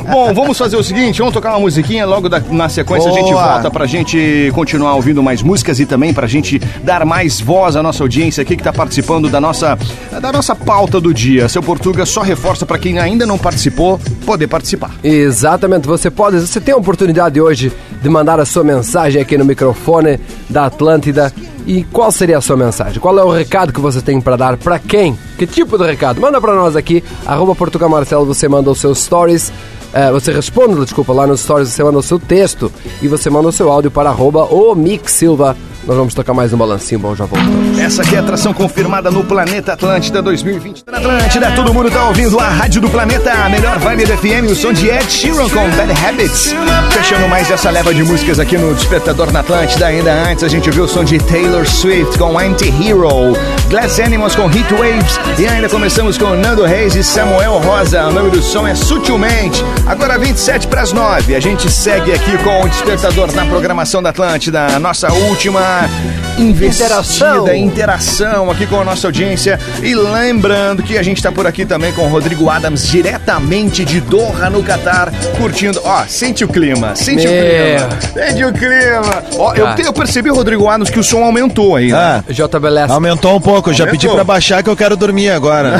Speaker 4: Bom, vamos fazer o seguinte, vamos tocar uma musiquinha logo da- na sequência a gente
Speaker 5: Boa.
Speaker 4: volta pra gente continuar ouvindo mais músicas e também pra gente dar mais voz à nossa audiência aqui que tá participando da nossa da nossa pauta do dia. Seu Portuga só reforça pra quem ainda não participou poder participar.
Speaker 5: Exatamente, você pode, você tem a oportunidade hoje de mandar a sua mensagem aqui no microfone da Atlântida. E qual seria a sua mensagem? Qual é o recado que você tem para dar? Para quem? Que tipo de recado? Manda para nós aqui, arroba Portugal Marcelo, você manda os seus stories, eh, você responde, desculpa, lá nos stories você manda o seu texto e você manda o seu áudio para arroba o Mick Silva Nós vamos tocar mais um balancinho bom, já voltamos.
Speaker 4: Essa aqui é a atração confirmada no Planeta Atlântida 2020. Na Atlântida, todo mundo tá ouvindo a Rádio do Planeta, a melhor vibe do FM, o som de Ed Sheeran com Bad Habits. Fechando mais essa leva de músicas aqui no Despertador na Atlântida. Ainda antes, a gente viu o som de Taylor Swift com Anti-Hero, Glass Animals com Heat Waves e ainda começamos com Nando Reis e Samuel Rosa. O nome do som é Sutilmente. Agora 27 para as 9, a gente segue aqui com o Despertador na programação da Atlântida. A Nossa última investida,
Speaker 5: Interação.
Speaker 4: interação. aqui com a nossa audiência. E lembrando que a gente está por aqui também com o Rodrigo Adams, diretamente de Doha, no Catar, curtindo. Ó, sente o clima, sente
Speaker 5: Meu.
Speaker 4: o clima, sente o clima. Ó, eu,
Speaker 5: Tá.
Speaker 4: te- eu percebi, Rodrigo Adams, que o som aumentou aí. né?
Speaker 2: Ah.
Speaker 5: JBLS.
Speaker 2: Aumentou um pouco, eu já
Speaker 4: Aumentou.
Speaker 2: pedi pra baixar que eu quero dormir agora.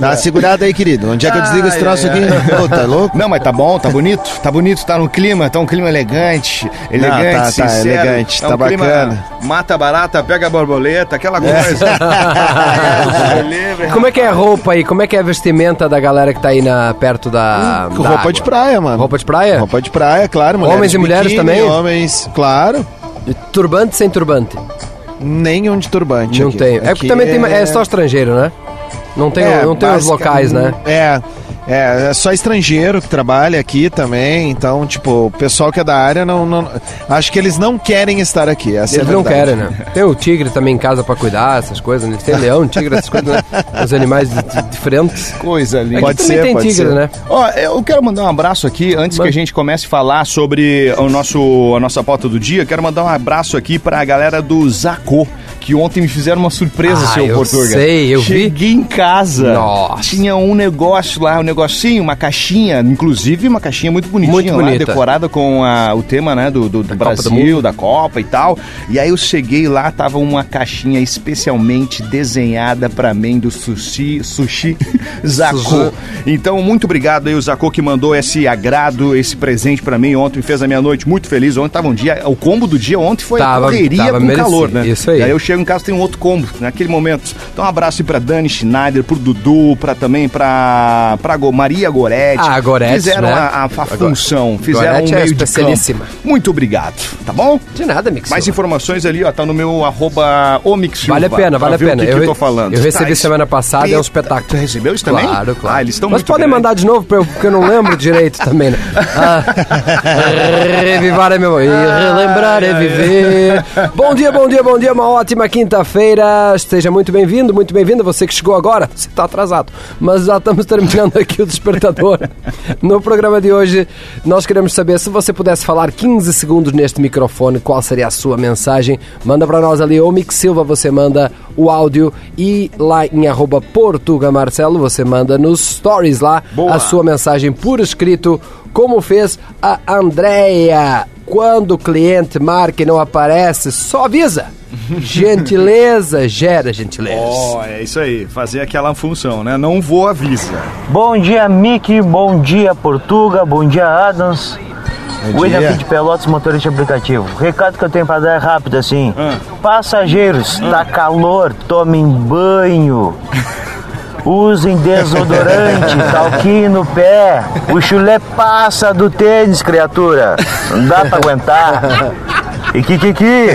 Speaker 2: Dá uma segurada aí, querido. Onde é que eu desligo esse troço aqui? Pô, tá louco?
Speaker 4: Não, mas tá bom, tá bonito, tá bonito, tá no clima, tá um clima elegante, elegante,
Speaker 2: tá, tá,
Speaker 4: sincero.
Speaker 2: elegante,
Speaker 4: é um
Speaker 2: tá
Speaker 4: clima
Speaker 2: bacana.
Speaker 4: Mata barata, pega borboleta, aquela coisa.
Speaker 5: Como é que é a roupa aí? Como é que é a vestimenta da galera que tá aí na, perto da. da
Speaker 2: Roupa
Speaker 5: água?
Speaker 2: de praia, mano.
Speaker 5: Roupa de praia?
Speaker 2: Roupa de praia, claro. mulheres
Speaker 5: Homens e
Speaker 2: de
Speaker 5: mulheres
Speaker 2: biquíni,
Speaker 5: também?
Speaker 2: Homens, claro.
Speaker 5: Turbante sem turbante?
Speaker 2: Nenhum de turbante.
Speaker 5: Não
Speaker 2: aqui.
Speaker 5: tem. É porque
Speaker 2: Aqui
Speaker 5: também tem. É só estrangeiro, né? Não tem,
Speaker 2: É,
Speaker 5: não tem os
Speaker 2: basica-
Speaker 5: locais, né?
Speaker 2: É, é, é só estrangeiro que trabalha aqui também, então, tipo, o pessoal que é da área não. não- acho que eles não querem estar aqui. Essa é a
Speaker 5: Eles não
Speaker 2: verdade.
Speaker 5: querem, né? Tem o tigre também em casa pra cuidar, essas coisas, né? Tem leão, tigre, essas coisas, né? Os animais di- di- diferentes.
Speaker 4: Coisa linda.
Speaker 5: É que também tem tigre, né?
Speaker 4: Ó, eu quero mandar um abraço aqui, antes que a gente comece a falar sobre o nosso, a nossa pauta do dia, quero mandar um abraço aqui pra galera do Zacô, que ontem me fizeram uma surpresa,
Speaker 5: Ah,
Speaker 4: seu
Speaker 5: eu
Speaker 4: Portuga.
Speaker 5: sei, eu vi.
Speaker 4: Cheguei em casa.
Speaker 5: Nossa.
Speaker 4: Tinha um negócio lá, um negocinho, uma caixinha, inclusive uma caixinha muito bonitinha
Speaker 5: Muito
Speaker 4: lá,
Speaker 5: bonita.
Speaker 4: decorada com a- o tema, né, do, do- do
Speaker 5: Copa do
Speaker 4: Brasil, da Copa e tal. E aí eu cheguei lá, tava uma caixinha especialmente desenhada pra mim do sushi, sushi Zacô. Então, muito obrigado aí o Zacô que mandou esse agrado, esse presente pra mim ontem, fez a minha noite muito feliz. Ontem tava um dia, o combo do dia ontem foi
Speaker 5: Tava-
Speaker 4: a correria
Speaker 5: tava
Speaker 4: com
Speaker 5: merecido,
Speaker 4: calor, né?
Speaker 5: isso aí.
Speaker 4: E aí eu chego em casa tem um outro combo naquele momento. Então, um abraço aí pra Dani Schneider, pro Dudu, pra também pra, pra Go- Maria Goretti.
Speaker 5: Ah, a Goretti,
Speaker 4: Fizeram
Speaker 5: né?
Speaker 4: a, a- a
Speaker 5: Agora-
Speaker 4: função, fizeram
Speaker 5: Goretti
Speaker 4: um
Speaker 5: é
Speaker 4: meio de
Speaker 5: especialíssima.
Speaker 4: campo. Muito obrigado, tá bom?
Speaker 5: De nada, Mix.
Speaker 4: Mais informações ali, ó, tá no meu arroba Omix Silva,
Speaker 5: Vale a pena, vale a
Speaker 4: pra ver o
Speaker 5: pena.
Speaker 4: Que que eu,
Speaker 5: re-
Speaker 4: tô falando.
Speaker 5: eu recebi
Speaker 4: Tá,
Speaker 5: semana passada, é um
Speaker 4: espe-
Speaker 5: espetáculo.
Speaker 4: Tu recebeu isso também?
Speaker 5: Claro, claro.
Speaker 4: Ah, eles estão
Speaker 5: Mas
Speaker 4: muito
Speaker 5: podem
Speaker 4: grandes.
Speaker 5: mandar de novo, pra eu- porque eu não lembro direito também, né? Ah, revivar é meu. E relembrar é viver. Bom dia, bom dia, bom dia. Uma ótima quinta-feira. Seja muito bem-vindo, muito bem-vinda. Você que chegou agora, você está atrasado. Mas já estamos terminando aqui o Despertador. No programa de hoje, nós queremos saber se você pudesse falar 15 segundos neste microfone, qual seria a sua mensagem? Manda para nós ali, ou Mix Silva, você manda o áudio e lá em arroba Portuga Marcelo, você manda nos stories lá a sua mensagem por escrito, como fez a Andrea. Quando o cliente marca e não aparece, só avisa. Gentileza gera gentileza.
Speaker 4: Ó, é isso aí, fazer aquela função, né? Não vou avisa.
Speaker 19: Bom dia, Mickey. Bom dia, Portuga. Bom dia, Adams.
Speaker 4: Bom
Speaker 19: William
Speaker 4: dia.
Speaker 19: de Pelotas, motorista de aplicativo. O recado que eu tenho pra dar é rápido assim.
Speaker 4: Ah.
Speaker 19: Passageiros, tá calor, tomem banho. Usem desodorante, talquinho no pé. O chulé passa do tênis, criatura. Não dá pra aguentar. E que que que?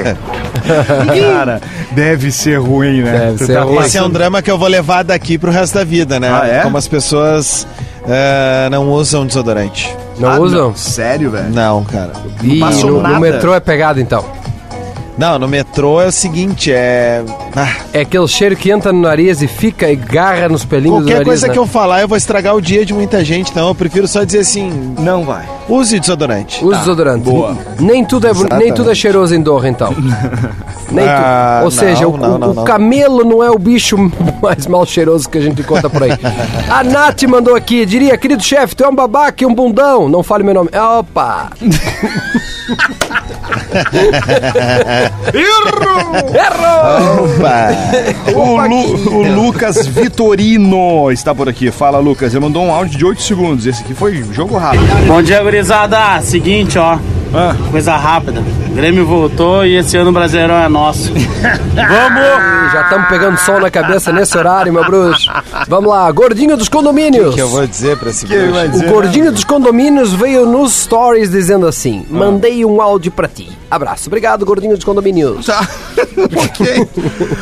Speaker 4: Cara, deve ser ruim, né? Deve
Speaker 2: Esse é um drama que eu vou levar daqui pro resto da vida, né?
Speaker 4: Ah, é?
Speaker 2: Como as pessoas eh, não usam desodorante.
Speaker 5: Não usam?
Speaker 4: Ah, Sério, velho?
Speaker 2: Não, cara.
Speaker 5: E
Speaker 2: passou
Speaker 5: no, no
Speaker 2: nada.
Speaker 5: metrô é pegado então.
Speaker 2: Não, no metrô é o seguinte, é.
Speaker 5: É aquele cheiro que entra no nariz e fica e garra nos pelinhos do
Speaker 2: Qualquer
Speaker 5: nariz.
Speaker 2: coisa
Speaker 5: né?
Speaker 2: que eu falar, eu vou estragar o dia de muita gente, então eu prefiro só dizer assim.
Speaker 4: Não vai.
Speaker 2: Use desodorante.
Speaker 5: Use desodorante.
Speaker 2: Boa.
Speaker 5: Nem tudo é, boni- nem tudo é cheiroso em Doha, então. Nem tu-
Speaker 2: Ah,
Speaker 5: Ou seja,
Speaker 2: não,
Speaker 5: o,
Speaker 2: não,
Speaker 5: o-
Speaker 2: não,
Speaker 5: o
Speaker 2: não.
Speaker 5: camelo não é o bicho mais mal cheiroso que a gente encontra por aí. a Nath mandou aqui, diria, querido chefe, tu é um babaca e um bundão. Não fale meu nome. Opa!
Speaker 4: O, Lu- o Lucas Vitorino está por aqui. Fala, Lucas. Eu mandou um áudio de 8 segundos. Esse aqui foi jogo rápido.
Speaker 16: Bom dia, gurizada. Seguinte, ó. Coisa rápida. O Grêmio voltou e esse ano o Brasileirão é nosso.
Speaker 5: Vamos! Já estamos pegando sol na cabeça nesse horário, meu bruxo. Vamos lá, gordinho dos condomínios.
Speaker 20: O que, que eu vou dizer pra esse
Speaker 5: Que ele vai
Speaker 20: bruxo?
Speaker 5: dizer, O gordinho dos condomínios veio nos stories dizendo assim:
Speaker 2: Ah.
Speaker 5: mandei um áudio pra ti. Abraço. Obrigado, gordinho dos condomínios.
Speaker 2: Tá.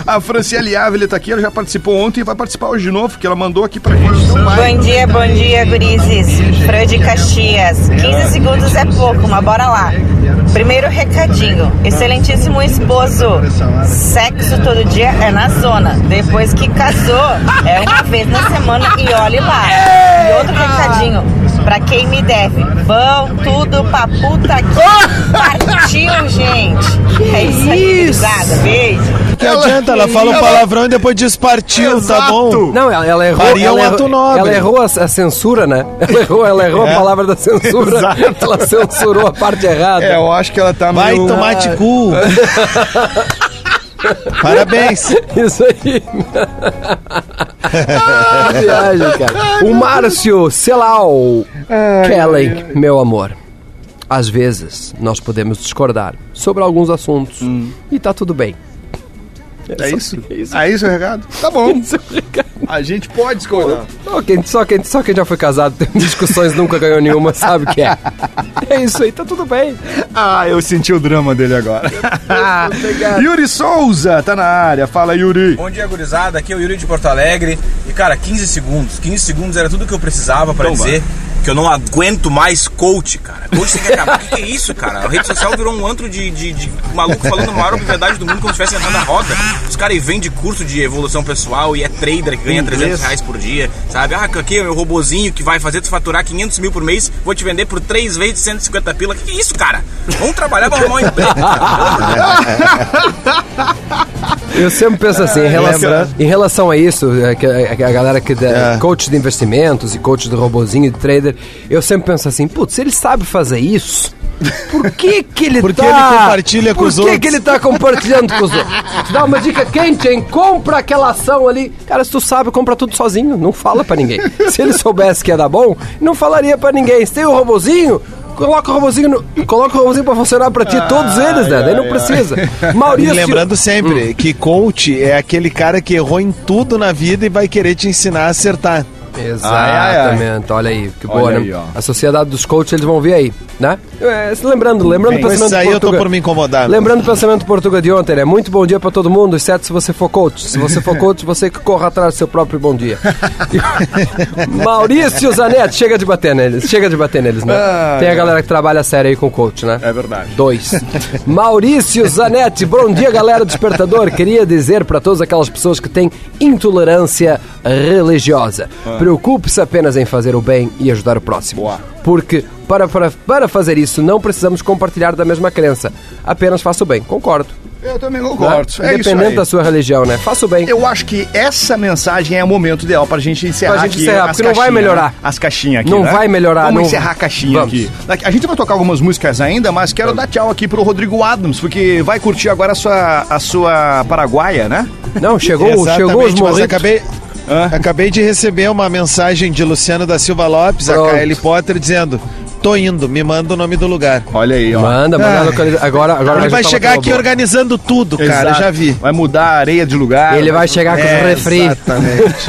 Speaker 4: A Franciele Ávila tá aqui, ela já participou ontem e vai participar hoje de novo, porque ela mandou aqui pra gente. Então vai.
Speaker 21: Bom dia, bom dia, gurizes. Fran de Caxias. 15 segundos é pouco, mas bora lá. Primeiro recadinho. Excelentíssimo esposo. Sexo todo dia é na zona. Depois que casou, é uma vez na semana e olhe lá. E outro recadinho. Pra quem me deve. Vão tudo pra puta que partiu, gente. É isso aí, gurizada. Beijo.
Speaker 2: Que adianta, ela fala um palavrão e depois diz partiu, tá bom?
Speaker 5: Não, ela, ela errou.
Speaker 2: Faria
Speaker 5: ela,
Speaker 2: um ato
Speaker 5: errou-
Speaker 2: nobre.
Speaker 5: ela errou a, a censura, né? Ela errou, ela errou a
Speaker 2: É.
Speaker 5: palavra da censura.
Speaker 4: Exato.
Speaker 5: Ela censurou a parte errada.
Speaker 4: É, eu Ah, acho que ela tá
Speaker 2: Vai
Speaker 4: meio...
Speaker 2: tomar de cu.
Speaker 4: é. Parabéns.
Speaker 5: Isso aí. Ah, viagem, cara. O Márcio Celal Kelly, meu amor. Às vezes nós podemos discordar sobre alguns assuntos
Speaker 2: Hum.
Speaker 5: e tá tudo bem.
Speaker 4: É isso? É isso o recado? Tá bom. A gente pode discordar.
Speaker 5: Só quem, só, quem, só quem já foi casado tem discussões nunca ganhou nenhuma, sabe o que é? É isso aí, tá tudo bem.
Speaker 4: Ah, eu senti o drama dele agora. Yuri Souza tá na área. Fala, Yuri.
Speaker 22: Bom dia, gurizada. Aqui é o Yuri de Porto Alegre. E, cara, 15 segundos. 15 segundos era tudo que eu precisava pra
Speaker 4: Então
Speaker 22: dizer
Speaker 4: vai.
Speaker 22: que eu não aguento mais coach, cara. Coach tem que acabar. O que, que é isso, cara? A rede social virou um antro de, de, de maluco falando a maior obviedade do mundo como se estivesse entrando na roda. Os caras vendem curso de evolução pessoal e é trader que ganha
Speaker 4: Inglês.
Speaker 22: 300 reais por dia, sabe? Ah, aqui é o meu robozinho que vai fazer tu faturar 500 mil por mês. Vou te vender por 3 vezes 150 pila. O que, que é isso, cara? Vamos trabalhar pra arrumar um emprego.
Speaker 5: Eu sempre penso assim,
Speaker 2: Ah,
Speaker 5: em relação,
Speaker 4: Lembra?
Speaker 5: em relação a isso, é, que- é, que a galera que é coach de investimentos e coach de robozinho de trader, eu sempre penso assim, putz, se ele sabe fazer isso, por que que ele
Speaker 2: Por que
Speaker 5: tá...
Speaker 2: ele compartilha com
Speaker 5: por
Speaker 2: os
Speaker 5: que
Speaker 2: outros?
Speaker 5: que ele tá compartilhando com os outros? Te dá uma dica quente, hein? Compra aquela ação ali. Cara, se tu sabe, compra tudo sozinho, não fala pra ninguém. Se ele soubesse que ia dar bom, não falaria pra ninguém. Se tem o robozinho... Coloca o robozinho, no- coloca o robozinho pra funcionar pra ti, todos eles, né? Daí não precisa. Maurício.
Speaker 4: assim,
Speaker 2: E Ah, lembrando
Speaker 4: Hum.
Speaker 2: sempre que coach é aquele cara que errou em tudo na vida e vai querer te ensinar a acertar.
Speaker 5: Exatamente, olha aí, que boa,
Speaker 2: Olha
Speaker 5: né?
Speaker 2: aí, ó.
Speaker 5: a sociedade dos coaches eles vão ver aí, né? É, se lembrando, lembrando
Speaker 2: Bem,
Speaker 5: o pensamento
Speaker 2: isso aí eu tô
Speaker 5: portuga-
Speaker 2: por me incomodar. né?
Speaker 5: Lembrando o pensamento português de ontem, né? Muito bom dia pra todo mundo, exceto se você for coach. Se você for coach, você que corra atrás do seu próprio bom dia. Maurício Zanetti, chega de bater neles, chega de bater neles, né?
Speaker 4: Ah,
Speaker 5: Tem a
Speaker 4: é.
Speaker 5: galera que trabalha sério aí com coach, né?
Speaker 4: É verdade.
Speaker 5: Dois. Maurício Zanetti, bom dia, galera do Despertador. Queria dizer para todas aquelas pessoas que têm intolerância religiosa:
Speaker 23: Ah.
Speaker 5: preocupe-se apenas em fazer o bem e ajudar o próximo. Porque para, para, para fazer isso não precisamos compartilhar da mesma crença. Apenas faça o bem. Concordo.
Speaker 4: Eu também concordo.
Speaker 5: Né?
Speaker 4: É isso
Speaker 5: Independente
Speaker 4: aí.
Speaker 5: da sua religião, né? Faça o bem.
Speaker 4: Eu acho que essa mensagem é o momento ideal pra gente encerrar
Speaker 5: Pra gente
Speaker 4: aqui
Speaker 5: encerrar,
Speaker 4: as
Speaker 5: porque não vai
Speaker 4: caixinhas,
Speaker 5: melhorar.
Speaker 4: né? As caixinhas aqui,
Speaker 5: Não
Speaker 4: né?
Speaker 5: vai melhorar,
Speaker 4: Vamos
Speaker 5: não-
Speaker 4: encerrar a caixinha
Speaker 5: Vamos.
Speaker 4: aqui. Daqui- A gente vai tocar algumas músicas ainda, mas quero dar tchau aqui pro Rodrigo Adams, porque vai curtir agora a sua, a sua Paraguaia, né?
Speaker 5: Não,
Speaker 4: Exatamente, mas
Speaker 2: mas
Speaker 4: acabei-
Speaker 2: acabei, acabei de receber uma mensagem de Luciano da Silva Lopes, a KL Potter, dizendo: tô indo, me manda o nome do lugar.
Speaker 4: Olha aí, ó.
Speaker 5: Manda, manda a localiza- agora- agora
Speaker 2: Ah. Ele
Speaker 5: vai
Speaker 2: vai
Speaker 5: juntar
Speaker 2: chegar
Speaker 5: uma
Speaker 2: aqui
Speaker 5: boa.
Speaker 2: organizando tudo, cara,
Speaker 4: Exato.
Speaker 2: já vi.
Speaker 4: Vai mudar a areia de lugar.
Speaker 5: Ele vai chegar Tá com os
Speaker 2: É,
Speaker 5: refri.
Speaker 2: Exatamente.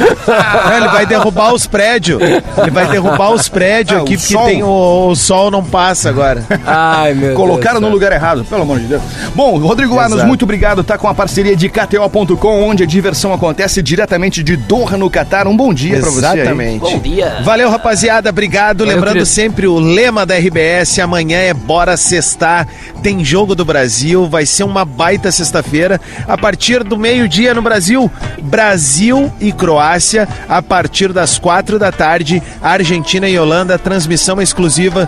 Speaker 2: Não, ele vai derrubar os prédios. Ele vai derrubar os prédios
Speaker 4: Ah,
Speaker 2: aqui,
Speaker 4: o
Speaker 2: porque
Speaker 4: sol.
Speaker 2: tem o, o sol não passa agora.
Speaker 5: Ai, meu
Speaker 4: Colocaram no lugar errado, pelo amor de Deus. Bom, Rodrigo Anos,
Speaker 2: Exato.
Speaker 4: muito obrigado. Tá com a parceria de KTO.com, onde a diversão acontece diretamente de Doha, no Catar. Um bom dia pra você. aí.
Speaker 2: Exatamente.
Speaker 4: Bom
Speaker 5: dia.
Speaker 2: Valeu, rapaziada. Obrigado.
Speaker 4: Valeu,
Speaker 2: Lembrando
Speaker 4: querido.
Speaker 2: sempre o lema da RBS: amanhã é Bora Sextar. Tem Jogo do Brasil. Vai ser uma baita sexta-feira. A partir do meio-dia no Brasil, Brasil e Croácia. A partir das quatro da tarde, Argentina e Holanda. Transmissão exclusiva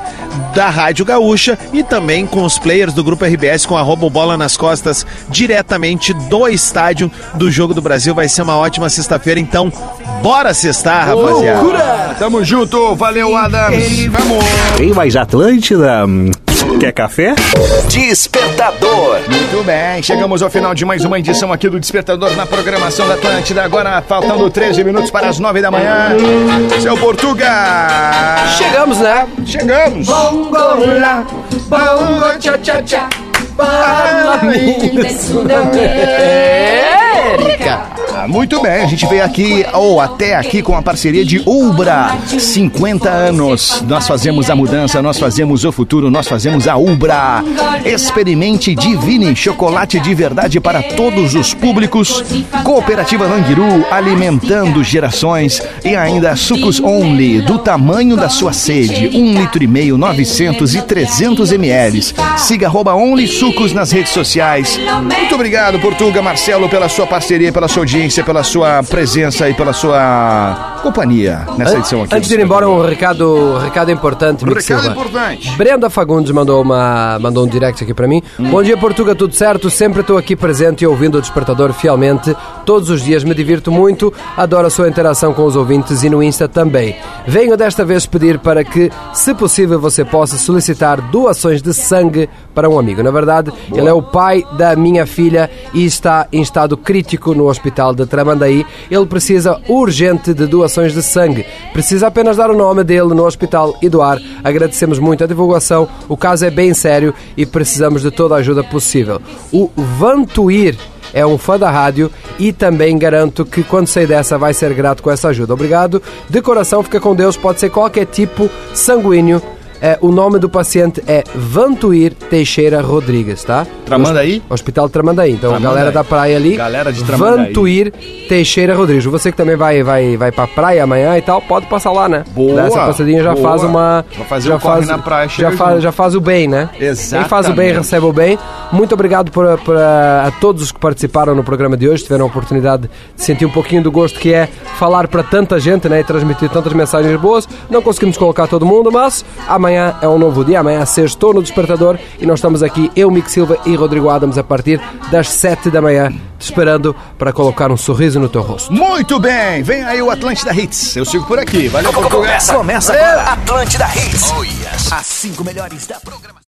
Speaker 2: da Rádio Gaúcha e também com os players do Grupo RBS com arroba o bola nas costas diretamente do estádio do Jogo do Brasil. Vai ser uma ótima sexta-feira. Então, bora sextar, rapaziada.
Speaker 4: Tamo junto, valeu, Adams. Vamos.
Speaker 24: Tem mais Atlântida?
Speaker 1: hum, Quer café?
Speaker 4: Despertador. Muito bem, chegamos ao final de mais uma edição aqui do Despertador na programação da Atlântida. Agora faltando 13 minutos para as 9 da manhã. Seu Portuga!
Speaker 5: Chegamos, né?
Speaker 4: Chegamos!
Speaker 20: Bongo lá, bongo tchá tchá tchá, para mim,
Speaker 4: Ah, Muito bem, a gente veio aqui, ou até aqui, com a parceria de Ubra. 50 anos. Nós fazemos a mudança, nós fazemos o futuro, nós fazemos a Ubra. Experimente Divine, chocolate de verdade para todos os públicos. Cooperativa Languiru, alimentando gerações. E ainda sucos only, do tamanho da sua sede. 1 litro e meio, 900 e 300 ml. Siga arroba only sucos nas redes sociais. Muito obrigado, Portuga, Marcelo, pela sua parceria, pela sua audiência, pela sua presença e pela sua companhia nessa edição aqui.
Speaker 5: Antes de ir embora, um recado, recado
Speaker 2: Um
Speaker 5: importante, Mick
Speaker 4: Recado
Speaker 5: Silva.
Speaker 4: importante.
Speaker 5: Brenda Fagundes mandou, uma, mandou um direct aqui para mim. Bom dia, Portuga, tudo certo? Sempre estou aqui presente e ouvindo o Despertador fielmente. Todos os dias me divirto muito, adoro a sua interação com os ouvintes e no Insta também. Venho desta vez pedir para que, se possível, você possa solicitar doações de sangue para um amigo. Na verdade, ele é o pai da minha filha e está em estado crítico no hospital de Tramandaí. Ele precisa urgente de doações de sangue. Precisa apenas dar o nome dele no hospital e doar. Agradecemos muito a divulgação. O caso é bem sério e precisamos de toda a ajuda possível. O Vantuir é um fã da rádio e também garanto que quando sair dessa vai ser grato com essa ajuda. Obrigado. De coração, fica com Deus. Pode ser qualquer tipo sanguíneo. É, o nome do paciente é Vantuir Teixeira Rodrigues, tá?
Speaker 4: Tramandaí?
Speaker 5: Hospital Tramandaí. Então,
Speaker 4: Tramandaí.
Speaker 5: galera da praia ali.
Speaker 4: Galera de Tramandaí.
Speaker 5: Vantuir Teixeira Rodrigues. Você que também vai, vai, vai pra praia amanhã e tal, pode passar lá, né?
Speaker 4: Boa,
Speaker 5: Dá essa passadinha já
Speaker 4: boa.
Speaker 5: faz uma.
Speaker 4: Vai fazer
Speaker 5: já
Speaker 4: um corre na praia,
Speaker 5: já
Speaker 4: chega
Speaker 5: faz,
Speaker 4: junto.
Speaker 5: já faz o bem, né? Quem faz o bem
Speaker 4: Exatamente.
Speaker 5: recebe o bem. Muito obrigado por- por, ah, a todos os que participaram no programa de hoje, tiveram a oportunidade de sentir um pouquinho do gosto que é falar para tanta gente né, e transmitir tantas mensagens boas. Não conseguimos colocar todo mundo, mas amanhã é um novo dia. Amanhã sextou no Despertador e nós estamos aqui, eu, Mick Silva e Rodrigo Adams, a partir das 7 da manhã, te esperando para colocar um sorriso no teu rosto.
Speaker 4: Muito bem, vem aí o Atlântida Hits. Eu sigo por aqui. Valeu, Portuga.
Speaker 3: Começa, É começa
Speaker 4: Valeu.
Speaker 3: agora. Atlântida Hits. As cinco melhores da programação.